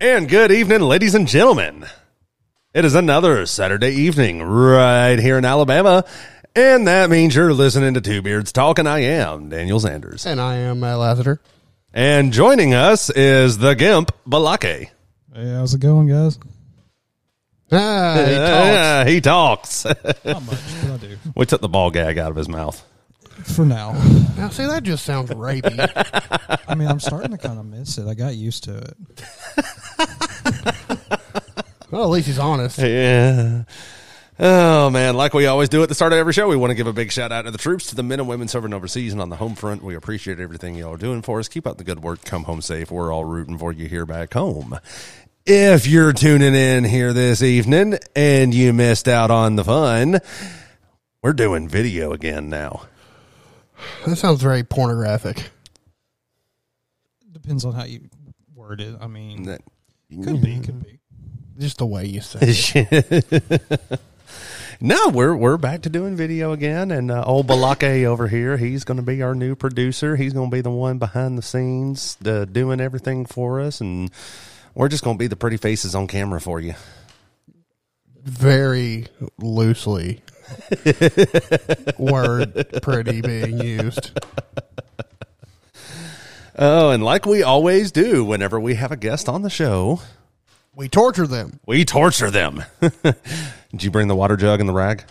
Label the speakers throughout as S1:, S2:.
S1: And good evening, ladies and gentlemen. It is another Saturday evening right here in Alabama. And that means you're listening to Two Beards Talk, and I am Daniel Sanders.
S2: And I am Matt Lassiter.
S1: And joining us is the Gimp Balake.
S3: Hey, how's it going, guys?
S2: Ah, he talks.
S1: Yeah, he talks.
S3: Not much, but I do.
S1: we took the ball gag out of his mouth.
S3: For now.
S2: Now, see, that just sounds rapey.
S3: I mean, I'm starting to kind of miss it. I got used to it.
S2: well, at least he's honest.
S1: Yeah. Oh man, like we always do at the start of every show, we want to give a big shout out to the troops, to the men and women serving overseas and on the home front. We appreciate everything y'all are doing for us. Keep up the good work. Come home safe. We're all rooting for you here back home. If you're tuning in here this evening and you missed out on the fun, we're doing video again now.
S2: That sounds very pornographic.
S3: Depends on how you word it. I mean,
S1: That- Mm-hmm.
S3: could be, could be.
S2: Just the way you say it.
S1: no, we're we're back to doing video again, and uh, old Balake over here, he's going to be our new producer. He's going to be the one behind the scenes, uh, doing everything for us, and we're just going to be the pretty faces on camera for you.
S2: Very loosely. Word pretty being used.
S1: Oh, and like we always do, whenever we have a guest on the show,
S2: We torture them.
S1: we torture them. Did you bring the water jug and the rag?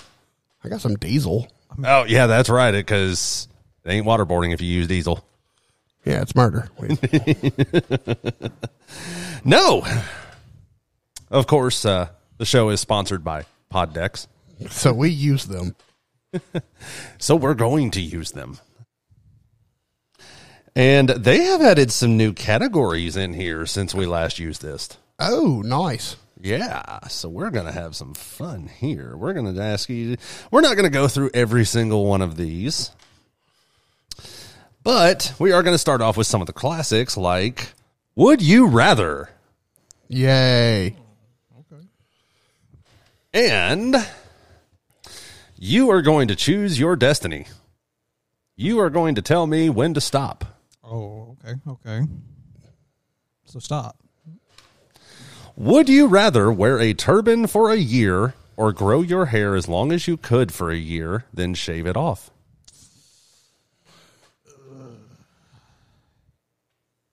S2: I got some diesel.
S1: Oh yeah, that's right. Because it ain't waterboarding if you use diesel.
S2: Yeah, it's murder. We-
S1: No. Of course, uh, the show is sponsored by Pod Decks,
S2: so we use them.
S1: so we're going to use them. And they have added some new categories in here since we last used this.
S2: Oh, nice.
S1: Yeah, so we're going to have some fun here. We're going to ask you, we're not going to go through every single one of these, but we are going to start off with some of the classics like Would You Rather?
S2: Yay.
S1: And you are going to choose your destiny. You are going to tell me when to stop.
S3: Oh, okay, okay. So stop.
S1: Would you rather wear a turban for a year or grow your hair as long as you could for a year, then shave it off?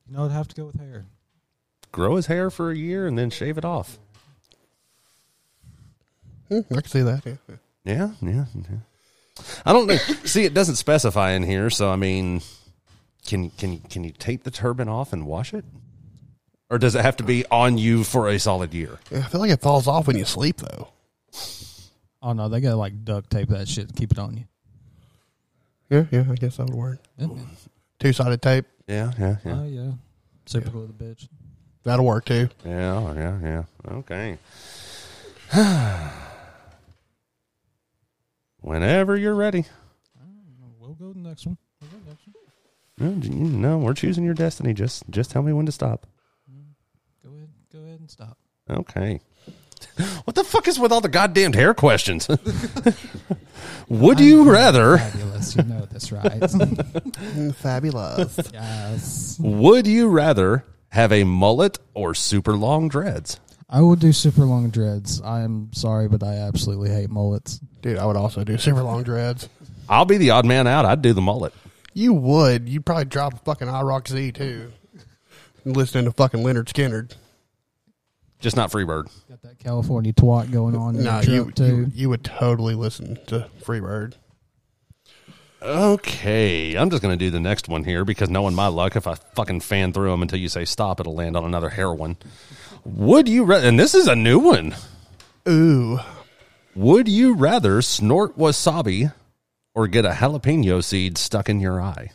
S3: You know, I'd have to go with hair.
S1: Grow his hair for a year and then shave it off.
S2: Hmm, I can see that. Yeah.
S1: Yeah, yeah, yeah. I don't know. See, it doesn't specify in here, so I mean, can can can you take the turban off and wash it, or does it have to be on you for a solid year?
S2: I feel like it falls off when you sleep, though.
S3: Oh no, they gotta like duct tape that shit and keep it on you.
S2: Yeah, yeah, I guess that would work. Two sided tape.
S1: Yeah, yeah, yeah.
S3: Oh yeah, super glue the bitch.
S2: That'll work too.
S1: Yeah, yeah, yeah. Okay. Whenever you're ready.
S3: We'll go to the next one. We'll go to the next one.
S1: No, j- no, we're choosing your destiny. Just just tell me when to stop.
S3: Go ahead, go ahead and stop.
S1: Okay. What the fuck is with all the goddamn hair questions? Would you rather
S3: Fabulous, you know this, right?
S2: Mm, Fabulous.
S3: yes.
S1: would you rather have a mullet or super long dreads?
S3: I will do super long dreads. I am sorry, but I absolutely hate mullets.
S2: Dude, I would also do super long dreads.
S1: I'll be the odd man out. I'd do the mullet.
S2: You would. You'd probably drop a fucking IROC Z too. Listening to fucking Leonard Skinner.
S1: Just not Freebird.
S3: Got that California twat going on in
S2: No,
S3: your
S2: you,
S3: truck too.
S2: you you would totally listen to Freebird.
S1: Okay, I'm just gonna do the next one here because knowing my luck, if I fucking fan through them until you say stop, it'll land on another hair one. Would you rather? And this is a new one.
S2: Ooh,
S1: Would you rather snort wasabi or get a jalapeno seed stuck in your eye?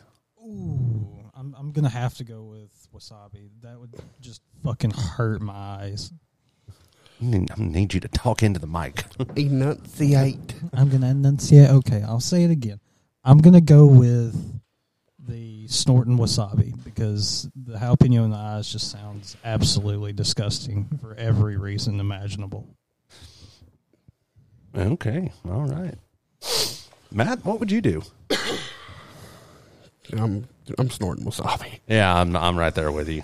S3: Ooh, I'm I'm gonna have to go with wasabi. That would just fucking hurt my eyes.
S1: I need- I need you to talk into the mic.
S2: enunciate.
S3: I'm gonna enunciate. Okay, I'll say it again. I'm gonna go with the snorting wasabi because the jalapeno in the eyes just sounds absolutely disgusting for every reason imaginable.
S1: okay, all right. Matt, what would you do?
S2: I'm I'm snorting wasabi.
S1: Yeah, I'm I'm right there with you.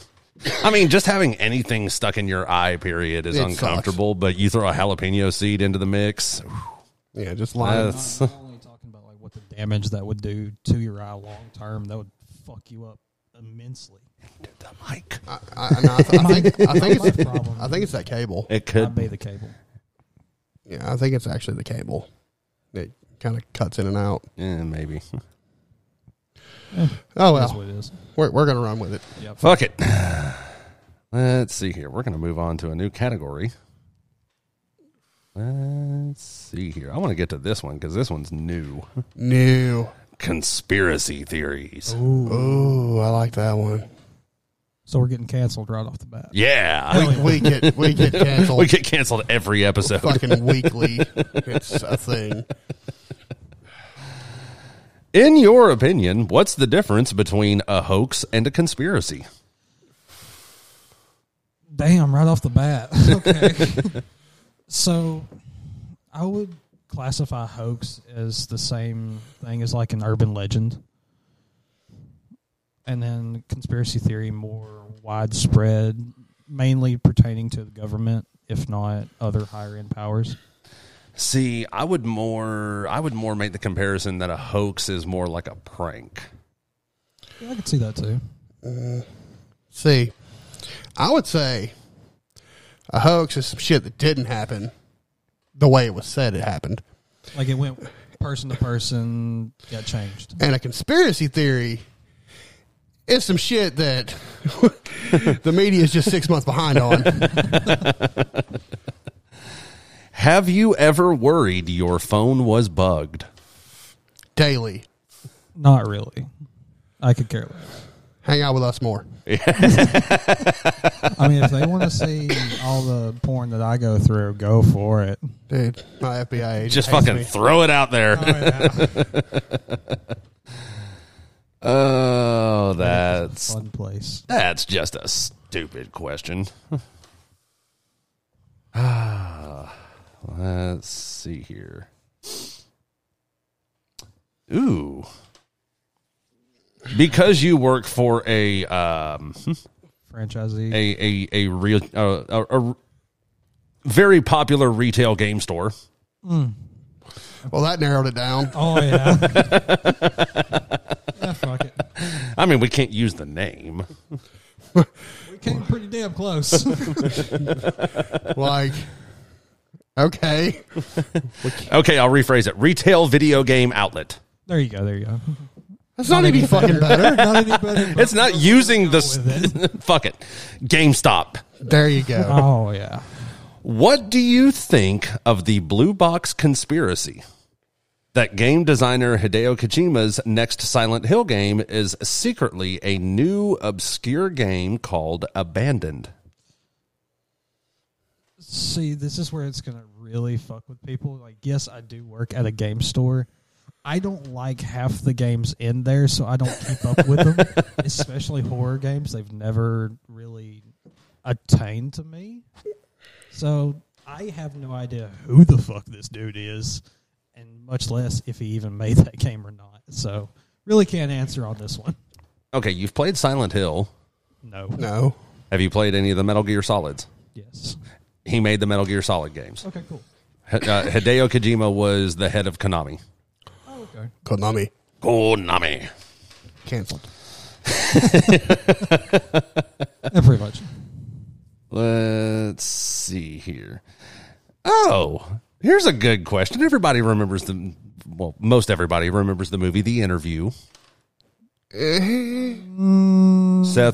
S1: I mean, just having anything stuck in your eye, period, is
S2: It
S1: uncomfortable. But you throw a jalapeno seed into the mix.
S2: Yeah, just lying.
S1: That's,
S3: I'm only talking about like what the damage that would do to your eye long term. That would fuck you up immensely.
S1: the mic.
S2: I, I, and I, I think, I, think it's,
S3: problem.
S2: I think it's that cable.
S1: It
S3: I'd
S1: could.
S3: be the cable.
S2: Yeah, I think it's actually the cable. It kind of cuts in and out.
S1: Yeah, eh, maybe.
S2: Oh,
S3: That's
S2: well.
S3: what it is.
S2: We're, we're going to run with it.
S3: Yep.
S1: Fuck it. Let's see here. We're going to move on to a new category. Let's see here. I want to get to this one because this one's new.
S2: New.
S1: Conspiracy theories.
S2: Ooh, I like that one.
S3: So we're getting canceled right off the bat.
S1: Yeah.
S2: We, we get we get canceled
S1: We get canceled every episode.
S2: fucking weekly. It's a thing.
S1: In your opinion, what's the difference between a hoax and a conspiracy?
S3: Damn, right off the bat. Okay. so I would classify hoax as the same thing as like an urban legend. And then conspiracy theory more widespread, mainly pertaining to the government, if not other higher end powers.
S1: See, I would more I would more make the comparison that a hoax is more like a prank.
S3: Yeah, I could see that too.
S2: See, I would say a hoax is some shit that didn't happen the way it was said it happened.
S3: Like it went person to person, got changed.
S2: And a conspiracy theory is some shit that the media is just six months behind on.
S1: Have you ever worried your phone was bugged?
S2: Daily.
S3: Not really. I could care less.
S2: Hang out with us more.
S3: I mean, if they want to see all the porn that I go through, go for it.
S2: Dude, my FBI agent.
S1: Just
S2: hates
S1: fucking
S2: me.
S1: throw it out there.
S2: Oh, yeah.
S1: Oh, that's
S3: Fun place.
S1: that's just a stupid question. ah, let's see here. Ooh, because you work for a um
S3: Franchisee.
S1: a a a real uh, a, a very popular retail game store.
S2: Well, that narrowed it down.
S3: Oh yeah. yeah, fuck it.
S1: I mean, we can't use the name.
S3: We came pretty damn close.
S2: Like, okay.
S1: Okay, I'll rephrase it. Retail video game outlet.
S3: there you go. There you go.
S2: That's not any fucking better.
S3: Not any better.
S1: It's not using the
S3: Go with
S1: fuck it. GameStop.
S2: There you go.
S3: Oh yeah.
S1: What do you think of the blue box conspiracy? That game designer Hideo Kojima's next Silent Hill game is secretly a new obscure game called Abandoned.
S3: See, this is where it's gonna really fuck with people. Like, yes, I do work at a game store. I don't like half the games in there, so I don't keep up with them, especially horror games. They've never really attained to me. So I have no idea who the fuck this dude is, and much less if he even made that game or not. So really can't answer on this one.
S1: Okay, you've played Silent Hill.
S3: No.
S2: No.
S1: Have you played any of the Metal Gear Solids?
S3: Yes.
S1: He made the Metal Gear Solid games.
S3: Okay. Cool.
S1: H- uh, Hideo Kojima was the head of Konami.
S3: Oh, okay.
S2: Konami.
S1: Konami.
S2: Canceled.
S3: Yeah, pretty much.
S1: Let's see here. Oh, here's a good question. Everybody remembers the well, most everybody remembers the movie The Interview. Seth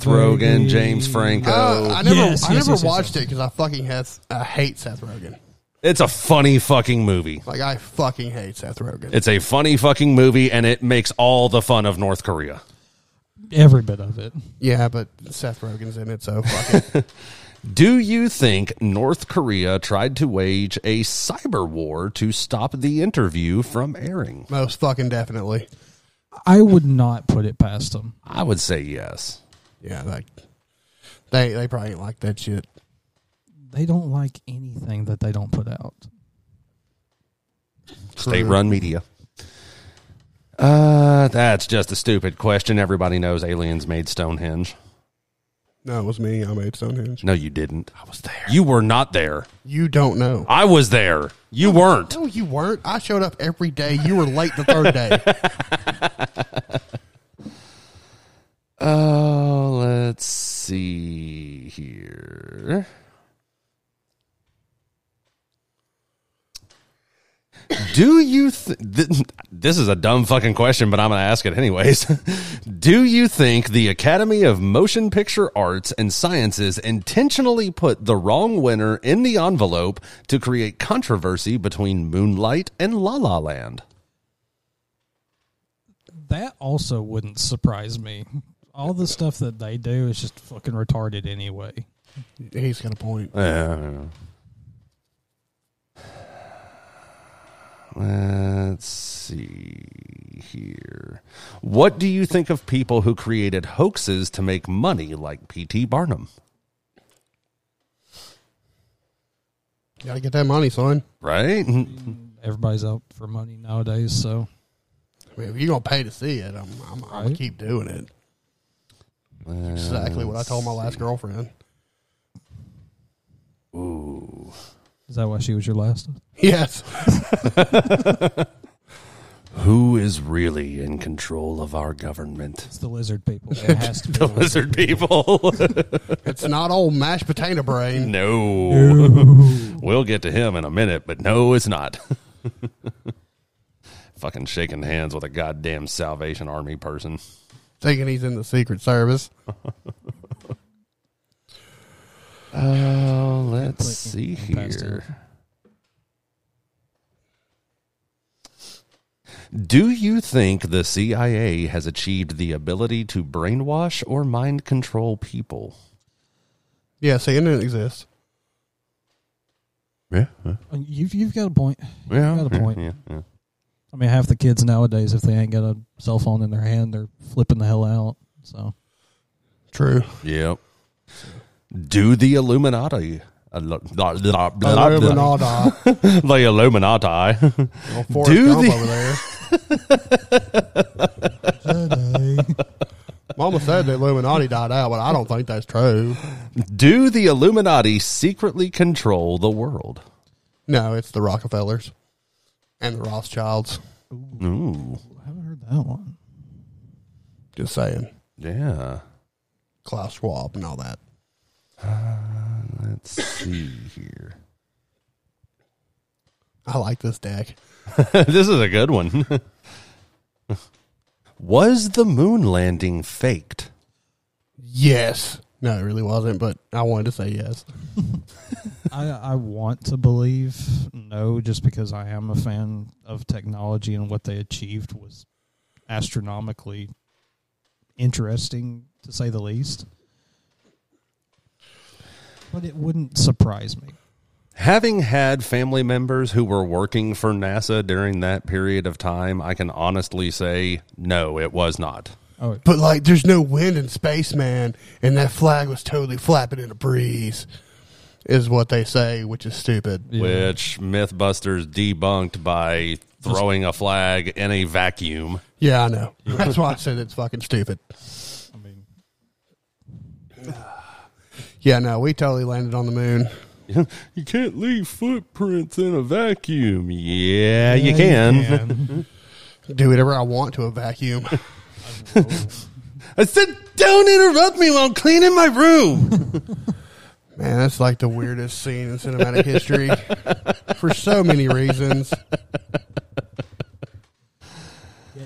S1: Rogen, James Franco.
S2: Uh, I never,
S3: Yes,
S2: I
S3: yes,
S2: never
S3: yes, yes,
S2: watched it 'cause it because I fucking has, I hate Seth Rogen.
S1: it's a funny fucking movie.
S2: Like I fucking hate Seth Rogen.
S1: It's a funny fucking movie, and it makes all the fun of North Korea.
S3: Every bit of it.
S2: yeah, but Seth Rogen's in it, so fuck it.
S1: Do you think North Korea tried to wage a cyber war to stop the interview from airing?
S2: most fucking definitely.
S3: I would not put it past them.
S1: I would say yes.
S2: Yeah, like they they probably ain't like that shit.
S3: They don't like anything that they don't put out.
S1: State run media. Uh, that's just a stupid question. Everybody knows aliens made Stonehenge.
S2: No, it was me. I made Stonehenge.
S1: No, you didn't. I was there. You were not there.
S2: You don't know.
S1: I was there. You weren't.
S2: No, you weren't. I showed up every day. You were late the third day.
S1: Uh, let's see here. Do you th- th- this is a dumb fucking question, but I'm going to ask it anyways. Do you think the Academy of Motion Picture Arts and Sciences intentionally put the wrong winner in the envelope to create controversy between Moonlight and La La Land?
S3: That also wouldn't surprise me. All the stuff that they do is just fucking retarded anyway.
S2: He's got a point.
S1: Yeah, I don't know. Let's see here. What do you think of people who created hoaxes to make money, like P.T. Barnum?
S2: Gotta get that money, son.
S1: Right?
S3: Everybody's out for money nowadays, so
S2: I mean, if you're gonna pay to see it, I'm, I'm, I'm gonna
S3: Right.
S2: keep doing it. Exactly what I told my last girlfriend.
S1: Ooh.
S3: is that why she was your last?
S2: Yes,
S1: Who is really in control of our government?
S3: It's the lizard people. It has to be. the
S1: Lizard
S3: lizard.
S1: people.
S2: it's not old mashed potato brain.
S1: no. We'll get to him in a minute, but no, it's not. Fucking shaking hands with a goddamn Salvation Army person.
S2: Thinking he's in the Secret Service.
S1: Oh, let's see
S3: Completely passed
S1: here. Do you think the CIA has achieved the ability to brainwash or mind control people?
S2: Yeah, see, it didn't exist.
S1: Yeah,
S3: You've you've got a point.
S1: yeah, Mm-hmm.
S3: got a point. I mean, half the kids nowadays, if they ain't got a cell phone in their hand, they're flipping the hell out. So
S2: True.
S1: Yep. Do the Illuminati? uh, Illu- blah, blah, blah, blah.
S2: Illuminati.
S1: The Illuminati.
S2: Well, Forrest
S1: Do
S2: Gump
S1: the-
S2: over there. Mama said the Illuminati died out, but I don't think that's true.
S1: Do the Illuminati secretly control the world?
S2: No, it's the Rockefellers and the Rothschilds.
S1: Ooh,
S3: I haven't heard that one.
S2: Just saying.
S1: yeah.
S2: Klaus Schwab and all that.
S1: Let's see here.
S2: I like this deck.
S1: this is a good one. Was the moon landing faked?
S2: Yes. No, it really wasn't, but I wanted to say yes.
S3: I I want to believe no, just because I am a fan of technology and what they achieved was astronomically interesting to say the least. But it wouldn't surprise me.
S1: Having had family members who were working for NASA during that period of time, I can honestly say no, it was not.
S3: Oh,
S2: But like, there's no wind in space, man, and that flag was totally flapping in the breeze, is what they say, which is stupid.
S3: yeah.
S1: Which Mythbusters debunked by throwing a flag in a vacuum.
S2: Yeah, I know. That's why I said it's fucking stupid.
S3: I mean,
S2: Yeah, no, we totally landed on the moon.
S1: You can't leave footprints in a vacuum. Yeah, you
S3: yeah,
S1: can.
S3: you can.
S2: Do whatever I want to a vacuum.
S1: I said, don't interrupt me while I'm cleaning my room.
S2: Man, that's like the weirdest scene in cinematic history for so many reasons.
S3: Yeah,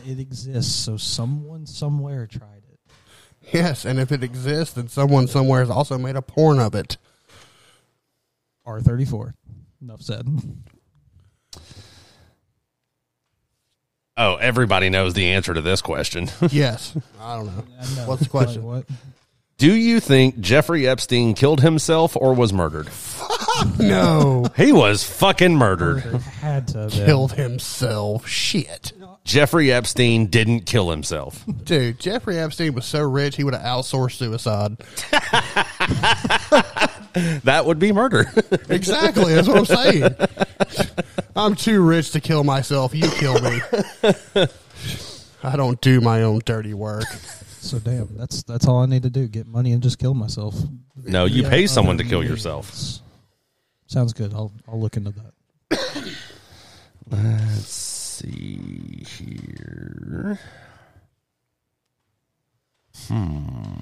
S3: it exists. So someone somewhere tried it.
S2: Yes, and if it exists, then someone somewhere has also made a porn of it.
S3: R thirty four. Enough said.
S1: Oh, everybody knows the answer to this question.
S2: Yes, I don't know.
S3: I know.
S2: What's the question?
S3: Like, what?
S1: Do you think Jeffrey Epstein killed himself or was murdered?
S2: No,
S1: He was fucking murdered.
S3: It had to have been.
S2: killed himself. Shit,
S1: Jeffrey Epstein didn't kill himself.
S2: dude. Jeffrey Epstein was so rich he would have outsourced suicide.
S1: That would be murder.
S2: Exactly. That's what I'm saying. I'm too rich to kill myself. You kill me. I don't do my own dirty work.
S3: So damn, that's that's all I need to do: get money and just kill myself.
S1: No, you
S3: Yeah,
S1: pay someone
S3: other
S1: to kill
S3: means.
S1: yourself.
S3: Sounds good. I'll I'll look into that.
S1: Let's see here.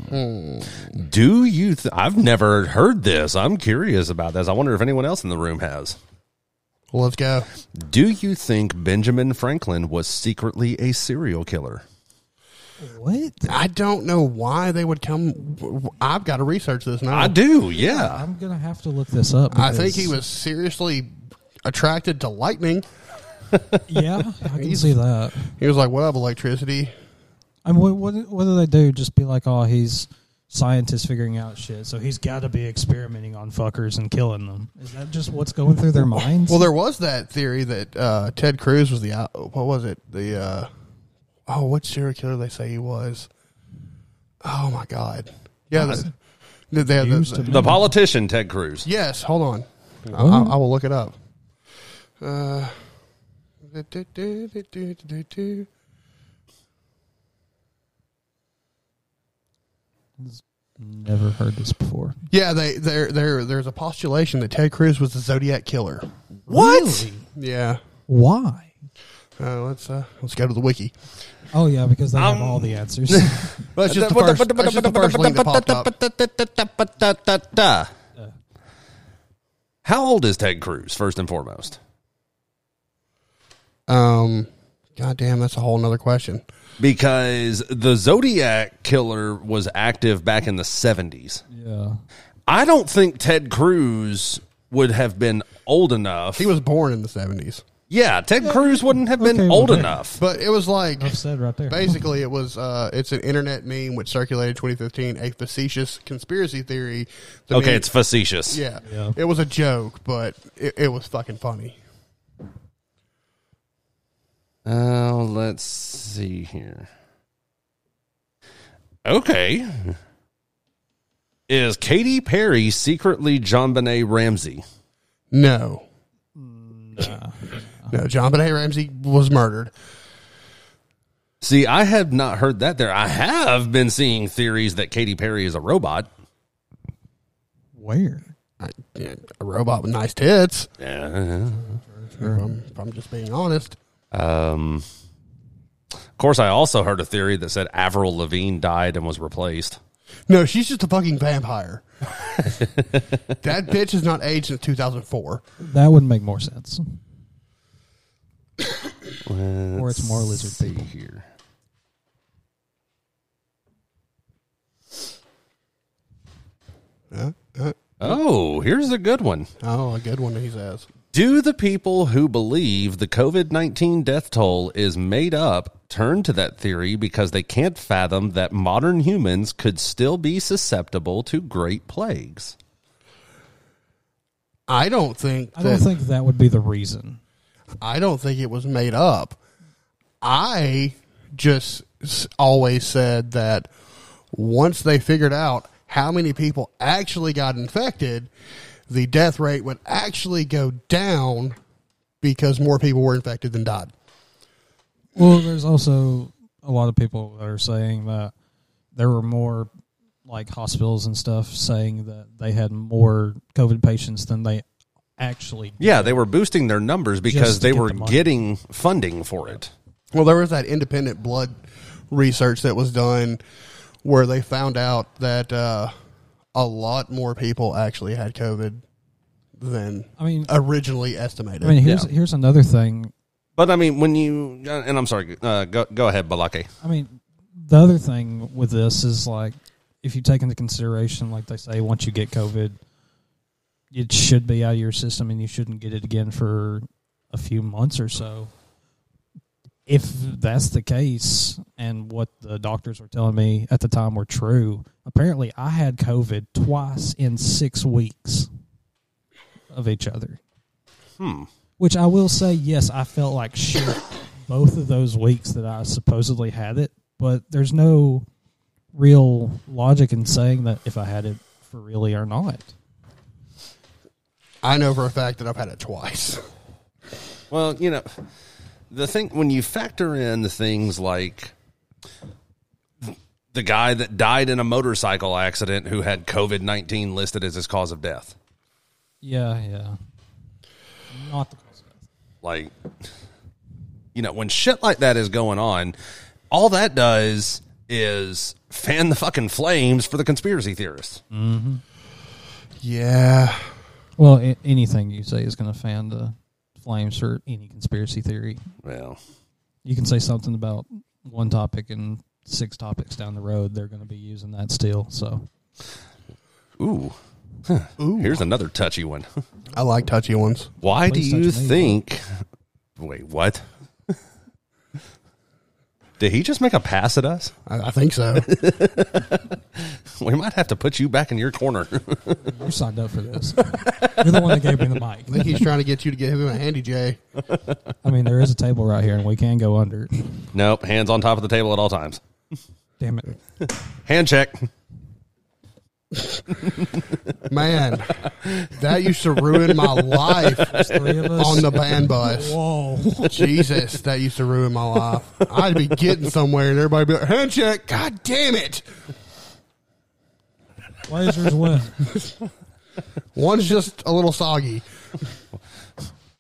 S1: Hmm. Do you? Th- I've never heard this. I'm curious about this. I wonder if anyone else in the room has.
S2: Well, let's go.
S1: Do you think Benjamin Franklin was secretly a serial killer?
S3: What?
S2: I don't know why they would come. I've got to research this now.
S1: I do. Yeah.
S3: I'm gonna have to look this up.
S2: I think he
S3: because-
S2: was seriously attracted to lightning.
S3: Yeah, I can see that.
S2: He was like, "What up, electricity?"
S3: I mean, what, what what do they do? Just be like, oh, he's scientists figuring out shit, so he's got to be experimenting on fuckers and killing them. Is that just what's going through their minds?
S2: Well, there was that theory that uh, Ted Cruz was the uh, what was it the uh, oh what serial killer they say he was? Oh my god! Yeah, the, they, they had the-
S3: Used to be. Oh.
S1: The politician Ted Cruz.
S2: yes. Hold on, I, I, I will look it up. Uh, du-du-du-du-du-du-du.
S3: Never heard this before.
S2: yeah, they there there there's a postulation that Ted Cruz was the Zodiac killer.
S1: What?
S2: Yeah.
S3: Why?
S2: Uh, let's uh, let's go to the wiki.
S3: Oh yeah, because they have all the answers.
S2: Well, that's just the first, that's just the first link that popped up.
S1: Uh, How old is Ted Cruz? First and foremost.
S2: Um, God damn, that's a whole nother question.
S1: because the Zodiac killer was active back in the 70s.
S3: yeah.
S1: I don't think Ted Cruz would have been old enough.
S2: He was born in the seventies,
S1: yeah, Ted Cruz wouldn't have been
S3: Okay, well,
S1: old
S3: then.
S1: enough.
S2: but it was like
S3: Enough said right there.
S2: basically it was uh, it's an internet meme which circulated 2015, a facetious conspiracy theory. The
S1: okay,
S2: meme-
S1: it's facetious.
S2: yeah,
S3: Yeah.
S2: it was a joke, but it, it was fucking funny.
S1: Uh, let's see here. Okay. Is Katy Perry secretly John Benet Ramsey?
S2: No,
S3: Nah.
S2: no, John Benet Ramsey was murdered.
S1: See, I have not heard that there. I have been seeing theories that Katy Perry is a robot.
S3: Where?
S2: I, yeah, a robot with nice tits.
S1: Yeah.
S2: If, I'm, if I'm just being honest,
S1: Um, of course, I also heard a theory that said Avril Lavigne died and was replaced.
S2: no, she's just a fucking vampire. that bitch has not aged since 2004.
S3: That would make more sense. or it's more lizard people.
S1: here.
S2: Huh? Huh?
S1: Oh, here's a good one.
S2: Oh, a good one. He says.
S1: Do the people who believe the COVID 19 death toll is made up turn to that theory because they can't fathom that modern humans could still be susceptible to great plagues?
S2: I don't think.
S3: I don't
S2: that-
S3: think that would be the reason.
S2: I don't think it was made up. I just s- always said that once they figured out how many people actually got infected, the death rate would actually go down because more people were infected than died.
S3: Well, there's also a lot of people that are saying that there were more like hospitals and stuff saying that they had more COVID patients than they actually did.
S1: Yeah, they were boosting their numbers because
S3: Just to
S1: they
S3: get
S1: were
S3: the money.
S1: getting funding for it.
S2: Well, there was that independent blood research that was done where they found out that uh, a lot more people actually had COVID than
S3: I mean,
S2: originally estimated.
S3: I mean, here's
S1: Yeah.
S3: here's another thing.
S1: But I mean, when you, and I'm sorry, uh, go, go ahead, Balake.
S3: I mean, the other thing with this is like if you take into consideration, like they say, once you get COVID, it should be out of your system and you shouldn't get it again for a few months or so. If that's the case and what the doctors were telling me at the time were true, apparently I had COVID twice in six weeks of each other.
S1: Hmm.
S3: Which I will say, yes, I felt like shit both of those weeks that I supposedly had it, but there's no real logic in saying that if I had it for really or not.
S2: I know for a fact that I've had it twice.
S1: Well, you know, the thing when you factor in the things like the guy that died in a motorcycle accident who had COVID 19 listed as his cause of death.
S3: Yeah, yeah. Not the cause of death.
S1: Like, you know, when shit like that is going on, all that does is fan the fucking flames for the conspiracy theorists.
S2: Yeah.
S3: Well, a- anything you say is going to fan the flames for any conspiracy theory.
S1: Well,
S3: You can say something about one topic and six topics down the road, they're going to be using that still. So,
S1: ooh.
S2: Ooh.
S1: Here's another touchy one.
S2: I like touchy ones.
S1: Why do
S3: Please touch
S1: you
S3: me.
S1: think? Wait, what? Did he just make a pass at us?
S2: I, I think so.
S1: We might have to put you back in your corner.
S3: you signed up for this. You're the one that gave me the
S2: I
S3: mic.
S2: think he's trying to get you to give him a handy J.
S3: I mean, there is a table right here, and we can go under. it.
S1: nope, hands on top of the table at all times.
S3: Damn it.
S1: Hand check.
S2: Man, that used to ruin my life
S3: Three of us.
S2: on the band bus.
S3: Whoa.
S2: Jesus, that used to ruin my life. I'd be getting somewhere and everybody be like, handshake, god damn it.
S3: Blazers win.
S2: One's just a little soggy.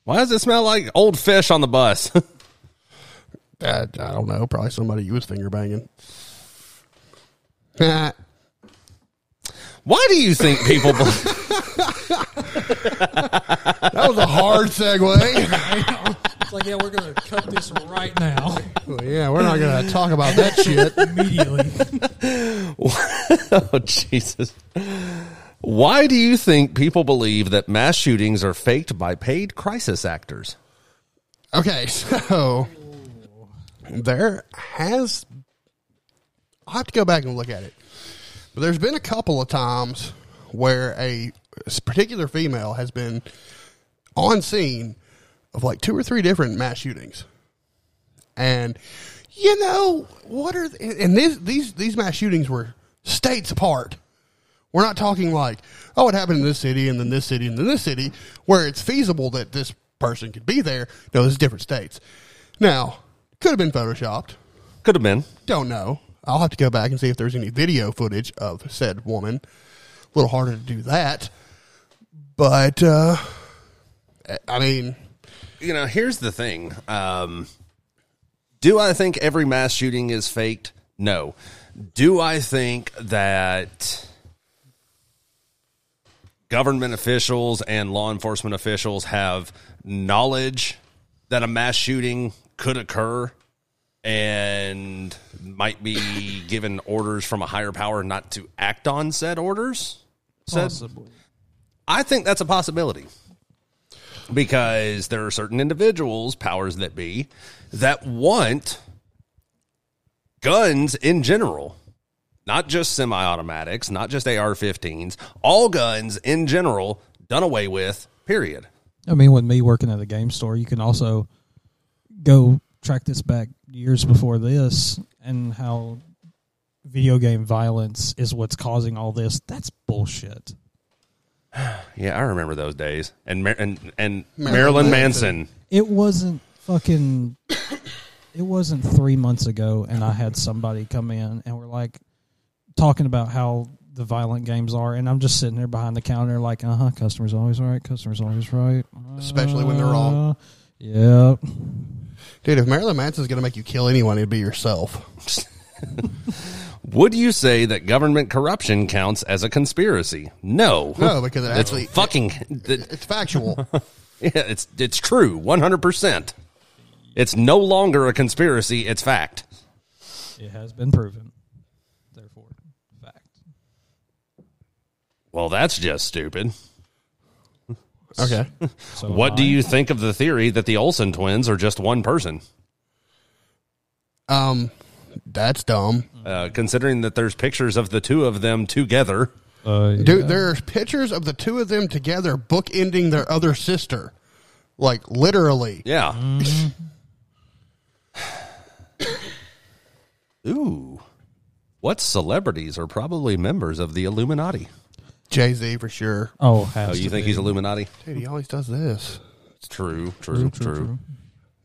S1: Why does it smell like old fish on the bus?
S2: Uh, I don't know, probably somebody you was finger banging. Nah,
S1: Why do you think people? Believe-
S2: that was a hard segue.
S3: It's like, yeah, we're going to cut this right now,
S2: Well, yeah, we're not going to talk about that shit.
S3: immediately.
S1: oh Jesus! Why do you think people believe that mass shootings are faked by paid crisis actors?
S2: Okay, so there has. I have to go back and look at it, but there's been a couple of times where a particular female has been on scene of like two or three different mass shootings, and you know what are th- and this, these these mass shootings were states apart. We're not talking like, oh, it happened in this city and then this city and then this city, where it's feasible that this person could be there. No, this is different states. Now, could have been photoshopped.
S1: Could have been.
S2: Don't know. I'll have to go back and see if there's any video footage of said woman. A little harder to do that. But, uh, I mean,
S1: you know, here's the thing. Um, do I think every mass shooting is faked? No. Do I think that government officials and law enforcement officials have knowledge that a mass shooting could occur and might be given orders from a higher power not to act on said orders? Said
S3: Possibly.
S1: I think that's a possibility because there are certain individuals, powers that be, that want guns in general, not just semi automatics, not just AR 15s, all guns in general done away with, period.
S3: I mean, with me working at a game store, you can also go track this back years before this and how video game violence is what's causing all this. That's bullshit.
S1: Yeah, I remember those days. And Mar- and, and Marilyn,
S2: Marilyn
S1: Manson.
S2: Manson.
S3: It wasn't fucking. It wasn't three months ago, and I had somebody come in and we're like talking about how the violent games are, and I'm just sitting there behind the counter, like, uh huh, customers always right, customers always right,
S2: Especially when they're wrong.
S3: Uh, Yep.
S2: dude, if Marilyn Manson's going to make you kill anyone, it'd be yourself.
S1: Would you say that government corruption counts as a conspiracy? No.
S2: No, because it actually,
S1: It's fucking.
S2: it's factual.
S1: Yeah, it's it's true, one hundred percent. It's no longer a conspiracy; it's fact.
S3: It has been proven. Therefore, fact.
S1: Well, that's just stupid.
S2: okay.
S3: So
S1: What
S3: am
S1: do
S3: I.
S1: you think of the theory that the Olsen twins are just one person?
S2: Um, that's dumb.
S1: Uh, considering that there's pictures of the two of them together,
S3: Uh, yeah.
S2: Dude, there are pictures of the two of them together bookending their other sister. Like literally.
S1: yeah.
S2: Mm-hmm.
S1: Ooh, what celebrities are probably members of the Illuminati?
S2: Jay Z for sure.
S3: Oh, has
S1: Oh, you
S3: to
S1: think
S3: be.
S1: he's Illuminati?
S2: Dude, he always does this.
S1: It's true, true, true.
S3: true.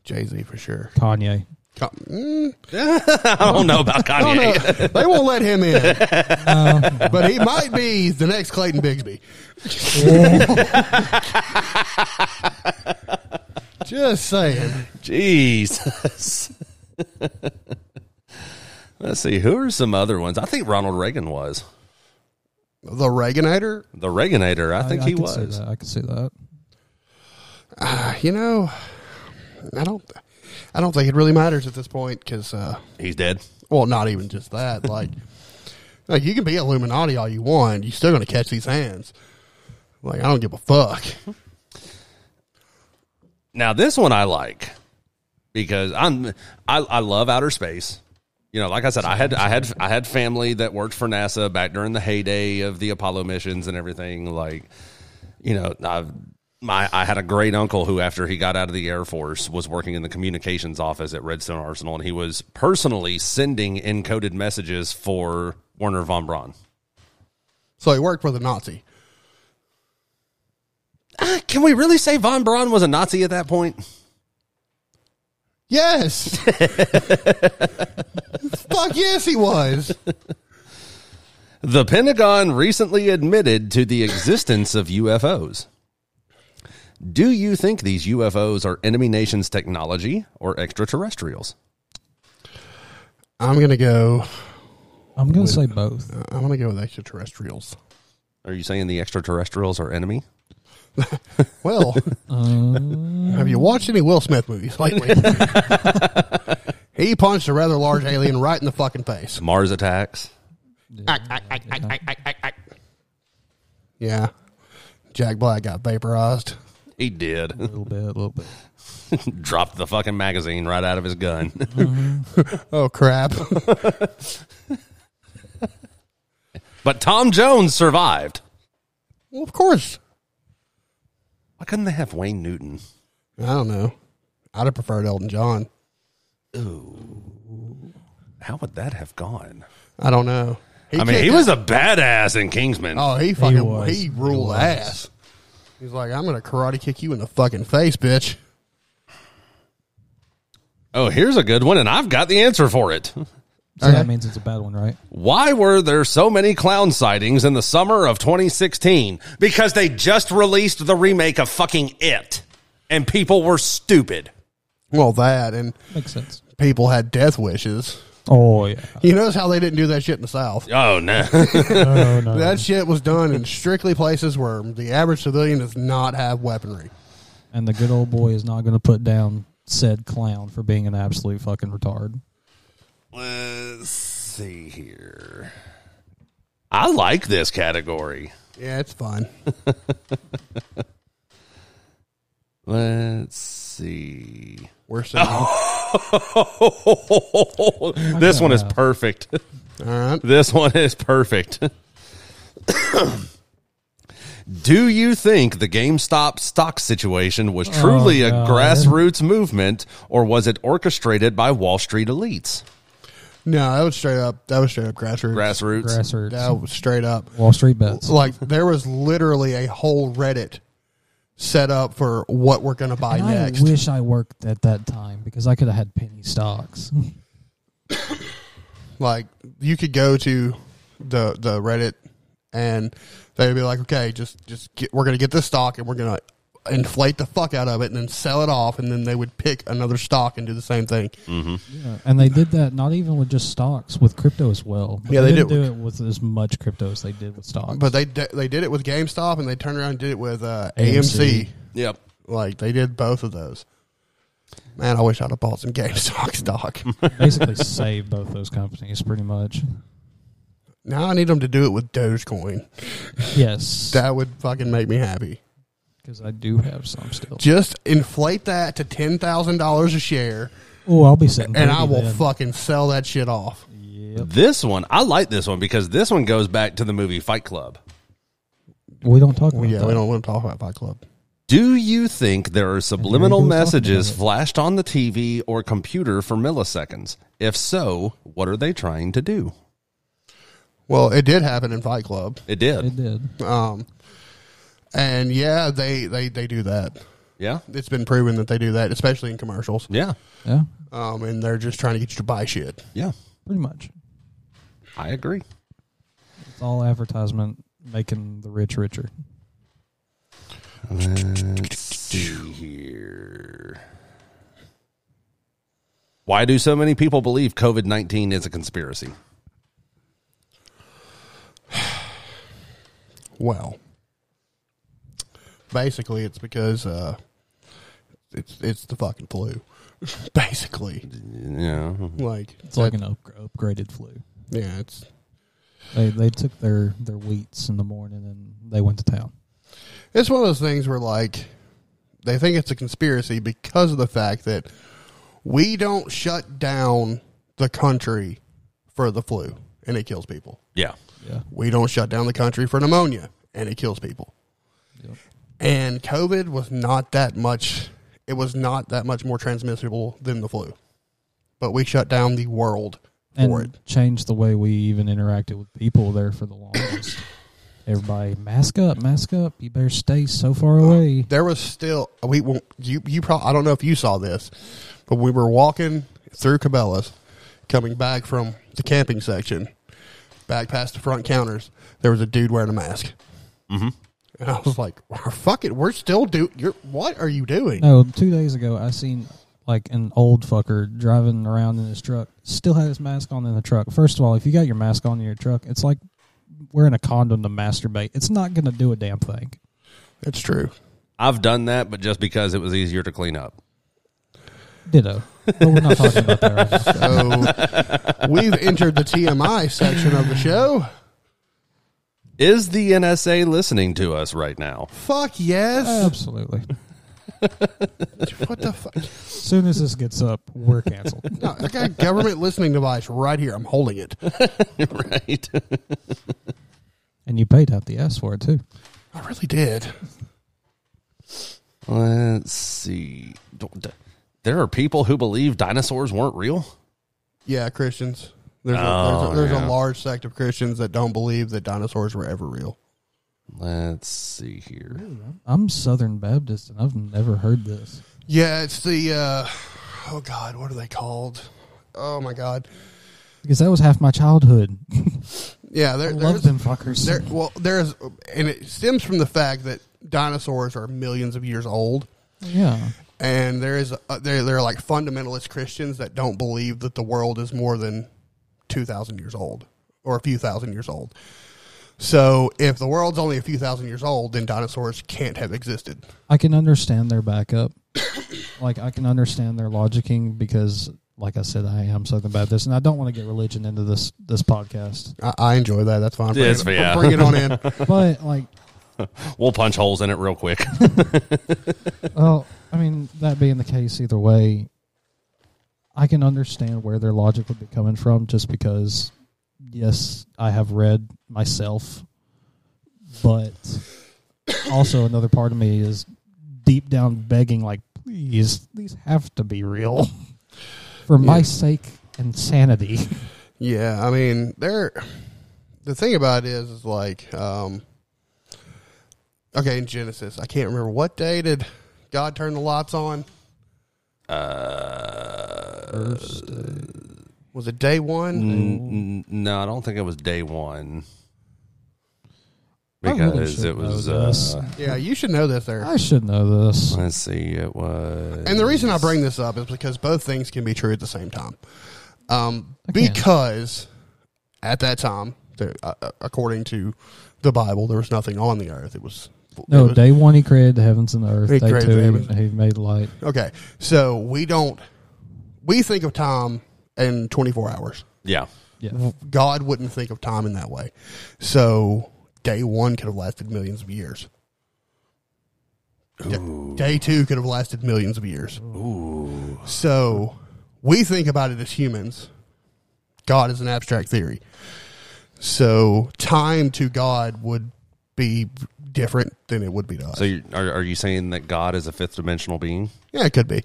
S2: Jay Z for sure.
S3: Kanye?
S2: Co- mm,
S1: I don't know about
S2: I don't
S1: Kanye.
S2: know. They won't let him in, Um, but he might be the next Clayton Bigsby. Just saying.
S1: Jesus. Let's see. Who are some other ones? I think Ronald Reagan was
S2: The Reaganator,
S1: the Reaganator. I think he
S3: could see
S1: was.
S3: that. Oh, I can see that.
S2: uh, you know, I don't, I don't think it really matters at this point because, uh,
S1: He's dead.
S2: well, not even just that. Like, like you can be Illuminati all you want, you're still going to catch these hands. Like, I don't give a fuck.
S1: Now this one I like because I'm I, I love outer space. You know, like I said, I had I had I had family that worked for NASA back during the heyday of the Apollo missions and everything. Like, you know, I've my I had a great uncle who, after he got out of the Air Force, was working in the communications office at Redstone Arsenal, and he was personally sending encoded messages for Werner von Braun.
S2: So he worked for the Nazi.
S1: Ah, Can we really say von Braun was a Nazi at that point?
S2: Yes. fuck yes, he was.
S1: The Pentagon recently admitted to the existence of UFOs. Do you think these UFOs are enemy nations' technology or extraterrestrials?
S2: I'm going to go,
S3: I'm going to say both.
S2: I'm going to go with extraterrestrials.
S1: Are you saying the extraterrestrials are enemy?
S2: Well,
S3: Uh,
S2: have you watched any Will Smith movies lately? he punched a rather large alien right in the fucking face.
S1: Mars attacks?
S2: Yeah. Jack Black got vaporized.
S1: He did.
S3: A little bit, a little bit.
S1: Dropped the fucking magazine right out of his gun.
S2: Oh, crap.
S1: but Tom Jones survived.
S2: well, of course.
S1: Why couldn't they have Wayne Newton?
S2: I don't know. I'd have preferred Elton John.
S1: How would that have gone?
S2: I don't know.
S1: I mean, he
S2: kicked-
S1: was a badass in Kingsman.
S2: Oh, he fucking. He,
S3: was.
S2: ruled
S3: He was.
S2: ass. He's like, I'm going to karate kick you in the fucking face, bitch.
S1: Oh, here's a good one, and I've got the answer for it.
S3: So
S2: Okay.
S3: that means it's a bad one, right?
S1: Why were there so many clown sightings in the summer of 2016? Because they just released the remake of fucking It, and people were stupid.
S2: Well, that and
S3: Makes sense.
S2: people had death wishes.
S3: Oh yeah.
S2: You notice how they didn't do that shit in the South.
S1: Oh no!
S3: No, no.
S2: That shit was done in strictly places where the average civilian does not have weaponry.
S3: and the good old boy is not going to put down said clown for being an absolute fucking retard.
S1: Let's see here. I like this category.
S2: Yeah, it's fun.
S1: Let's see.
S2: We're sitting.
S1: this one is perfect.
S2: All right.
S1: This one is perfect. Do you think the GameStop stock situation was truly a
S3: Oh, God.
S1: grassroots movement or was it orchestrated by Wall Street elites?
S2: No, that was straight up. That was straight up grassroots.
S1: Grassroots.
S3: Grassroots.
S2: That was straight up.
S3: Wall Street bets.
S2: Like there was literally a whole Reddit set up for what we're going to buy
S3: And I
S2: next.
S3: wish I worked at that time because I could have had penny stocks.
S2: like you could go to the the Reddit and they'd be like, okay, just just get, we're gonna get this stock and we're gonna inflate the fuck out of it and then sell it off and then they would pick another stock and do the same thing.
S3: Yeah, and they did that not even with just stocks, with crypto as well. But
S2: Yeah, they
S3: didn't
S2: did.
S3: do it with as much crypto as they did with stocks.
S2: But they di- they did it with GameStop and they turned around and did it with uh,
S3: AMC.
S2: AMC.
S1: Yep.
S2: Like they did both of those. Man, I wish I'd have bought some GameStop stock.
S3: basically saved both those companies pretty much.
S2: now I need them to do it with Dogecoin.
S3: Yes,
S2: That would fucking make me happy.
S3: because I do have some still.
S2: Just inflate that to ten thousand dollars a share,
S3: Oh, I'll be sitting.
S2: and
S3: pretty
S2: I will
S3: then.
S2: fucking sell that shit off.
S3: Yep.
S1: This one, I like this one because this one goes back to the movie Fight Club.
S3: We don't talk about
S2: Well, Oh, yeah,
S3: that.
S2: we don't want to talk about Fight Club.
S1: Do you think there are subliminal
S3: Maybe we'll talk
S1: messages
S3: about it.
S1: flashed on the TV or computer for milliseconds? If so, what are they trying to do?
S2: Well, it did happen in Fight Club,
S1: It did.
S3: It did.
S2: um, and yeah, they they they do that.
S1: Yeah.
S2: It's been proven that they do that, especially in commercials.
S1: Yeah.
S3: Yeah.
S2: um, and they're just trying to get you to buy shit.
S1: Yeah,
S3: Pretty much,
S1: I agree.
S3: it's all advertisement making the rich richer.
S1: Let's see here. Why do so many people believe COVID 19 is a conspiracy?
S2: Well, basically, it's because uh, it's it's the fucking flu, basically.
S1: Yeah.
S2: Like,
S3: It's
S2: that-
S3: like an up- upgraded flu.
S2: yeah, it's
S3: They they took their their wheats in the morning and they went to town.
S2: it's one of those things where like they think it's a conspiracy because of the fact that we don't shut down the country for the flu and it kills people.
S1: Yeah.
S3: Yeah,
S2: We don't shut down the country for pneumonia and it kills people.
S3: Yep.
S2: And COVID was not that much it was not that much more transmissible than the flu. But we shut down the world for
S3: and
S2: it.
S3: changed the way we even interacted with people there for the longest. Everybody, mask up, mask up. You better stay so far away.
S2: there was still we well, you you probably I don't know if you saw this, but we were walking through Cabela's, coming back from the camping section, back past the front counters. There was a dude wearing a mask, mm-hmm. and I was like, "Fuck it, we're still do. You're what are you doing?
S3: No, two days ago I seen like an old fucker driving around in his truck, still had his mask on in the truck. First of all, if you got your mask on in your truck, it's like wearing a condom to masturbate. It's not gonna do a damn thing.
S2: It's true.
S1: I've done that, but just because it was easier to clean up.
S3: Ditto. But we're not talking about that.
S2: So
S3: Right now.
S2: we've entered the TMI section of the show.
S1: Is the NSA listening to us right now?
S2: Fuck yes.
S3: Absolutely.
S2: what the fuck?
S3: As soon as this gets up, we're canceled.
S2: No, I got a government listening device right here. I'm holding it.
S1: right.
S3: And you paid out the ass for it too.
S2: I really did.
S1: Let's see. There are people who believe dinosaurs weren't real.
S2: Yeah, Christians. There's,
S1: Oh,
S2: a, there's, a, there's
S1: yeah.
S2: a large sect of Christians that don't believe that dinosaurs were ever real.
S1: Let's see here.
S3: I'm Southern Baptist and I've never heard this.
S2: Yeah, it's the uh, oh god, what are they called? Oh my god.
S3: Because that was half my childhood.
S2: Yeah,
S3: I
S2: there, there's
S3: love them fuckers.
S2: there. Well, there's and it stems from the fact that dinosaurs are millions of years old,
S3: yeah.
S2: and there is uh, there there are like fundamentalist Christians that don't believe that the world is more than two thousand years old or a few thousand years old. So, if the world's only a few thousand years old, then dinosaurs can't have existed.
S3: I can understand their backup. like I can understand their logicking because like I said, I am Southern Baptist and I don't want to get religion into this this podcast.
S2: I, I enjoy that. That's fine.
S1: Yes,
S2: bring, it,
S1: yeah.
S2: bring it on in.
S3: But like
S1: We'll punch holes in it real quick.
S3: Well, I mean, that being the case, either way, I can understand where their logic would be coming from just because, yes, I have read myself, but also another part of me is deep down begging, like, please, these have to be real for my
S2: Yeah.
S3: sake and sanity.
S2: yeah, I mean, there. The thing about it is, is like, um, okay, in Genesis, I can't remember what day did God turn the lights on.
S1: Uh,
S2: Uh, Was it day
S3: Mm.
S2: one?
S1: N- n- no, I don't think it was day one.
S3: I really
S1: Because
S3: should
S1: it was.
S3: know this.
S1: Uh,
S2: Yeah, you should know this there.
S3: I should know this.
S1: let's see. It was.
S2: And the reason I bring this up is because both things can be true at the same time. Um,
S3: can.
S2: because at that time, there, uh, uh, according to the Bible, there was nothing on the earth. It was it
S3: No,
S2: was-
S3: day one, he created the heavens and the earth.
S2: He
S3: day
S2: created
S3: two,
S2: the
S3: he-
S2: heavens.
S3: he made light.
S2: Okay, so we don't we think of time in 24 hours.
S1: Yeah.
S3: Yeah.
S2: God wouldn't think of time in that way. So day one could have lasted millions of years. Da- Day two could have lasted millions of years. So we think about it as humans. God is an abstract theory. So time to God would be different than it would be to us.
S1: So you, are, are you saying that God is a fifth dimensional being?
S2: Yeah, it could be.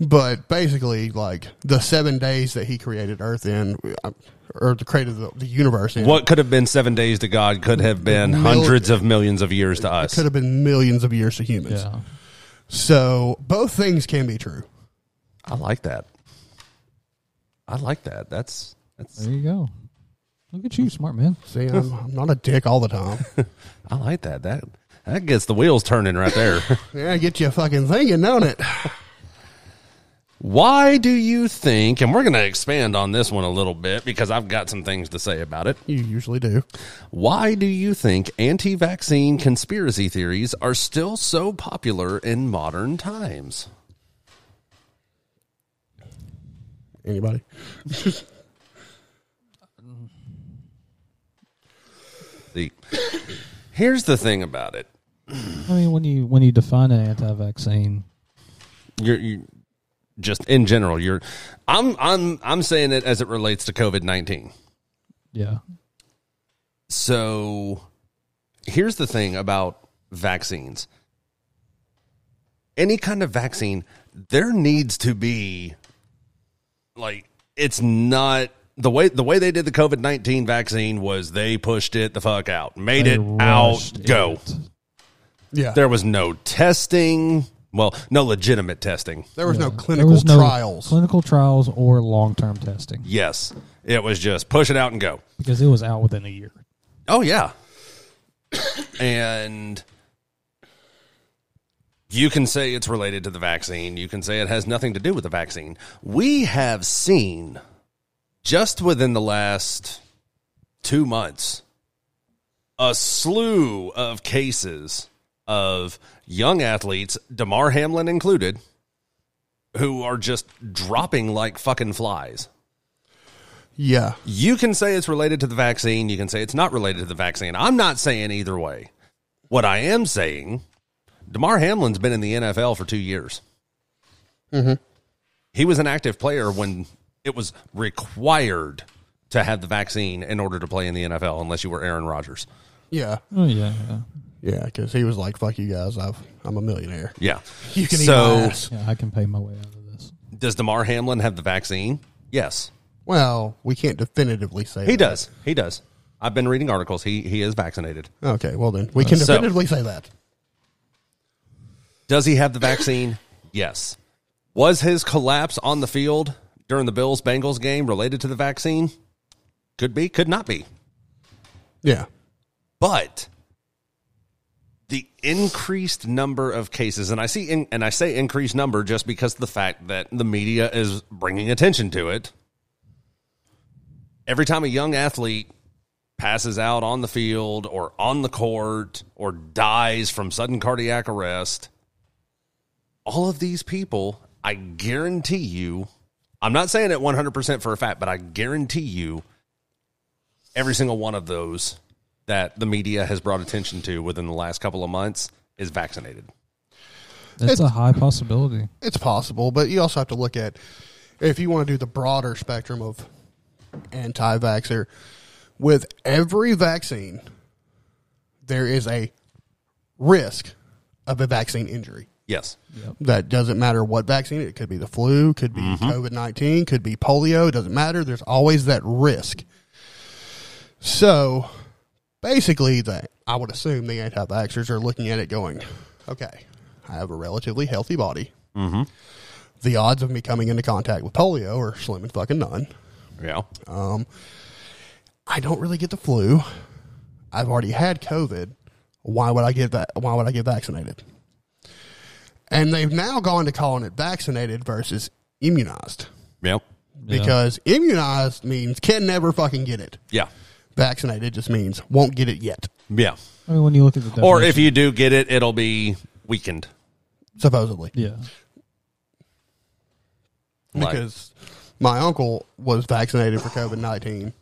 S2: But basically, like the seven days that he created Earth in, uh, or the created the, the universe in,
S1: What could have been seven days to God could have been
S2: Mil-
S1: hundreds of millions of years to us.
S2: could have been millions of years to humans.
S3: Yeah.
S2: So both things can be true.
S1: I like that. I like that. That's that's
S3: There you go. Look at you, smart man.
S2: See, I'm, I'm not a dick all the time.
S1: I like that. That that gets the wheels turning right there.
S2: yeah, get you fucking thinking, don't it?
S1: Why do you think? And we're going to expand on this one a little bit because I've got some things to say about it.
S2: You usually do.
S1: Why do you think anti vaccine conspiracy theories are still so popular in modern times?
S2: Anybody?
S1: The, here's the thing about it.
S3: I mean, when you when you define an anti-vaccine,
S1: You're, you just in general, you're I'm I'm I'm saying it as it relates to COVID-19.
S3: yeah,
S1: So here's the thing about vaccines. Any kind of vaccine, there needs to be like it's not the way the way they did the COVID nineteen vaccine was they pushed it the fuck out, made
S3: They
S1: it out,
S3: rushed
S1: go.
S3: it.
S2: Yeah.
S1: There was no testing. Well, no legitimate testing.
S2: there was no
S3: Yeah.
S2: clinical
S3: There was no
S2: trials.
S3: clinical trials, or long-term testing
S1: Yes, it was just push it out and go.
S3: because it was out within a year.
S1: Oh yeah. and you can say it's related to the vaccine. You can say it has nothing to do with the vaccine. We have seen just within the last 2 months a slew of cases of young athletes, DeMar Hamlin included, who are just dropping like fucking flies
S2: yeah.
S1: you can say it's related to the vaccine. You can say it's not related to the vaccine. I'm not saying either way. What I am saying, DeMar Hamlin's been in the NFL for two years.
S2: Mm-hmm.
S1: He was an active player when it was required to have the vaccine in order to play in the NFL, unless you were Aaron Rodgers.
S2: Yeah.
S3: Oh yeah, yeah,
S2: Yeah, because he was like, fuck you guys. I've, I'm a millionaire.
S1: Yeah.
S2: You can
S1: so,
S2: eat my ass.
S3: yeah. I can pay my way out of this.
S1: does DeMar Hamlin have the vaccine? Yes.
S2: Well, we can't definitively say
S1: He
S2: that.
S1: does. He does. I've been reading articles. He he is vaccinated.
S2: Okay, well then we can
S1: So-
S2: definitively say that.
S1: Does he have the vaccine? Yes. Was his collapse on the field during the Bills Bengals game related to the vaccine? Could be, could not be.
S2: Yeah,
S1: But the increased number of cases, and I see, in, and I say increased number just because of the fact that the media is bringing attention to it. Every time a young athlete passes out on the field or on the court or dies from sudden cardiac arrest, all of these people, I guarantee you, I'm not saying it 100% for a fact, but I guarantee you, every single one of those that the media has brought attention to within the last couple of months is vaccinated.
S3: That's a high possibility.
S2: it's possible, but you also have to look at if you want to do the broader spectrum of anti-vaxxer. With every vaccine, there is a risk of a vaccine injury.
S1: Yes.
S2: That doesn't matter what vaccine. It could be the flu, could be COVID 19, could be polio. It doesn't matter. There's always that risk. So basically, the, I would assume the anti vaxxers are looking at it going, okay, I have a relatively healthy body. Mm-hmm. The odds of me coming into contact with polio are slim and fucking none.
S1: Yeah. Uh,
S2: I don't really get the flu. I've already had COVID. Why would I get that? Why would I get vaccinated? And they've now gone to calling it vaccinated versus immunized
S1: Yep.
S3: Yeah.
S2: because immunized means can never fucking get it.
S1: Yeah.
S2: Vaccinated just means won't get it yet,
S1: Yeah.
S3: I mean, when you look at the definition,
S1: Or if you do get it, it'll be weakened.
S2: supposedly.
S3: yeah,
S1: Right.
S2: Because my uncle was vaccinated for COVID 19.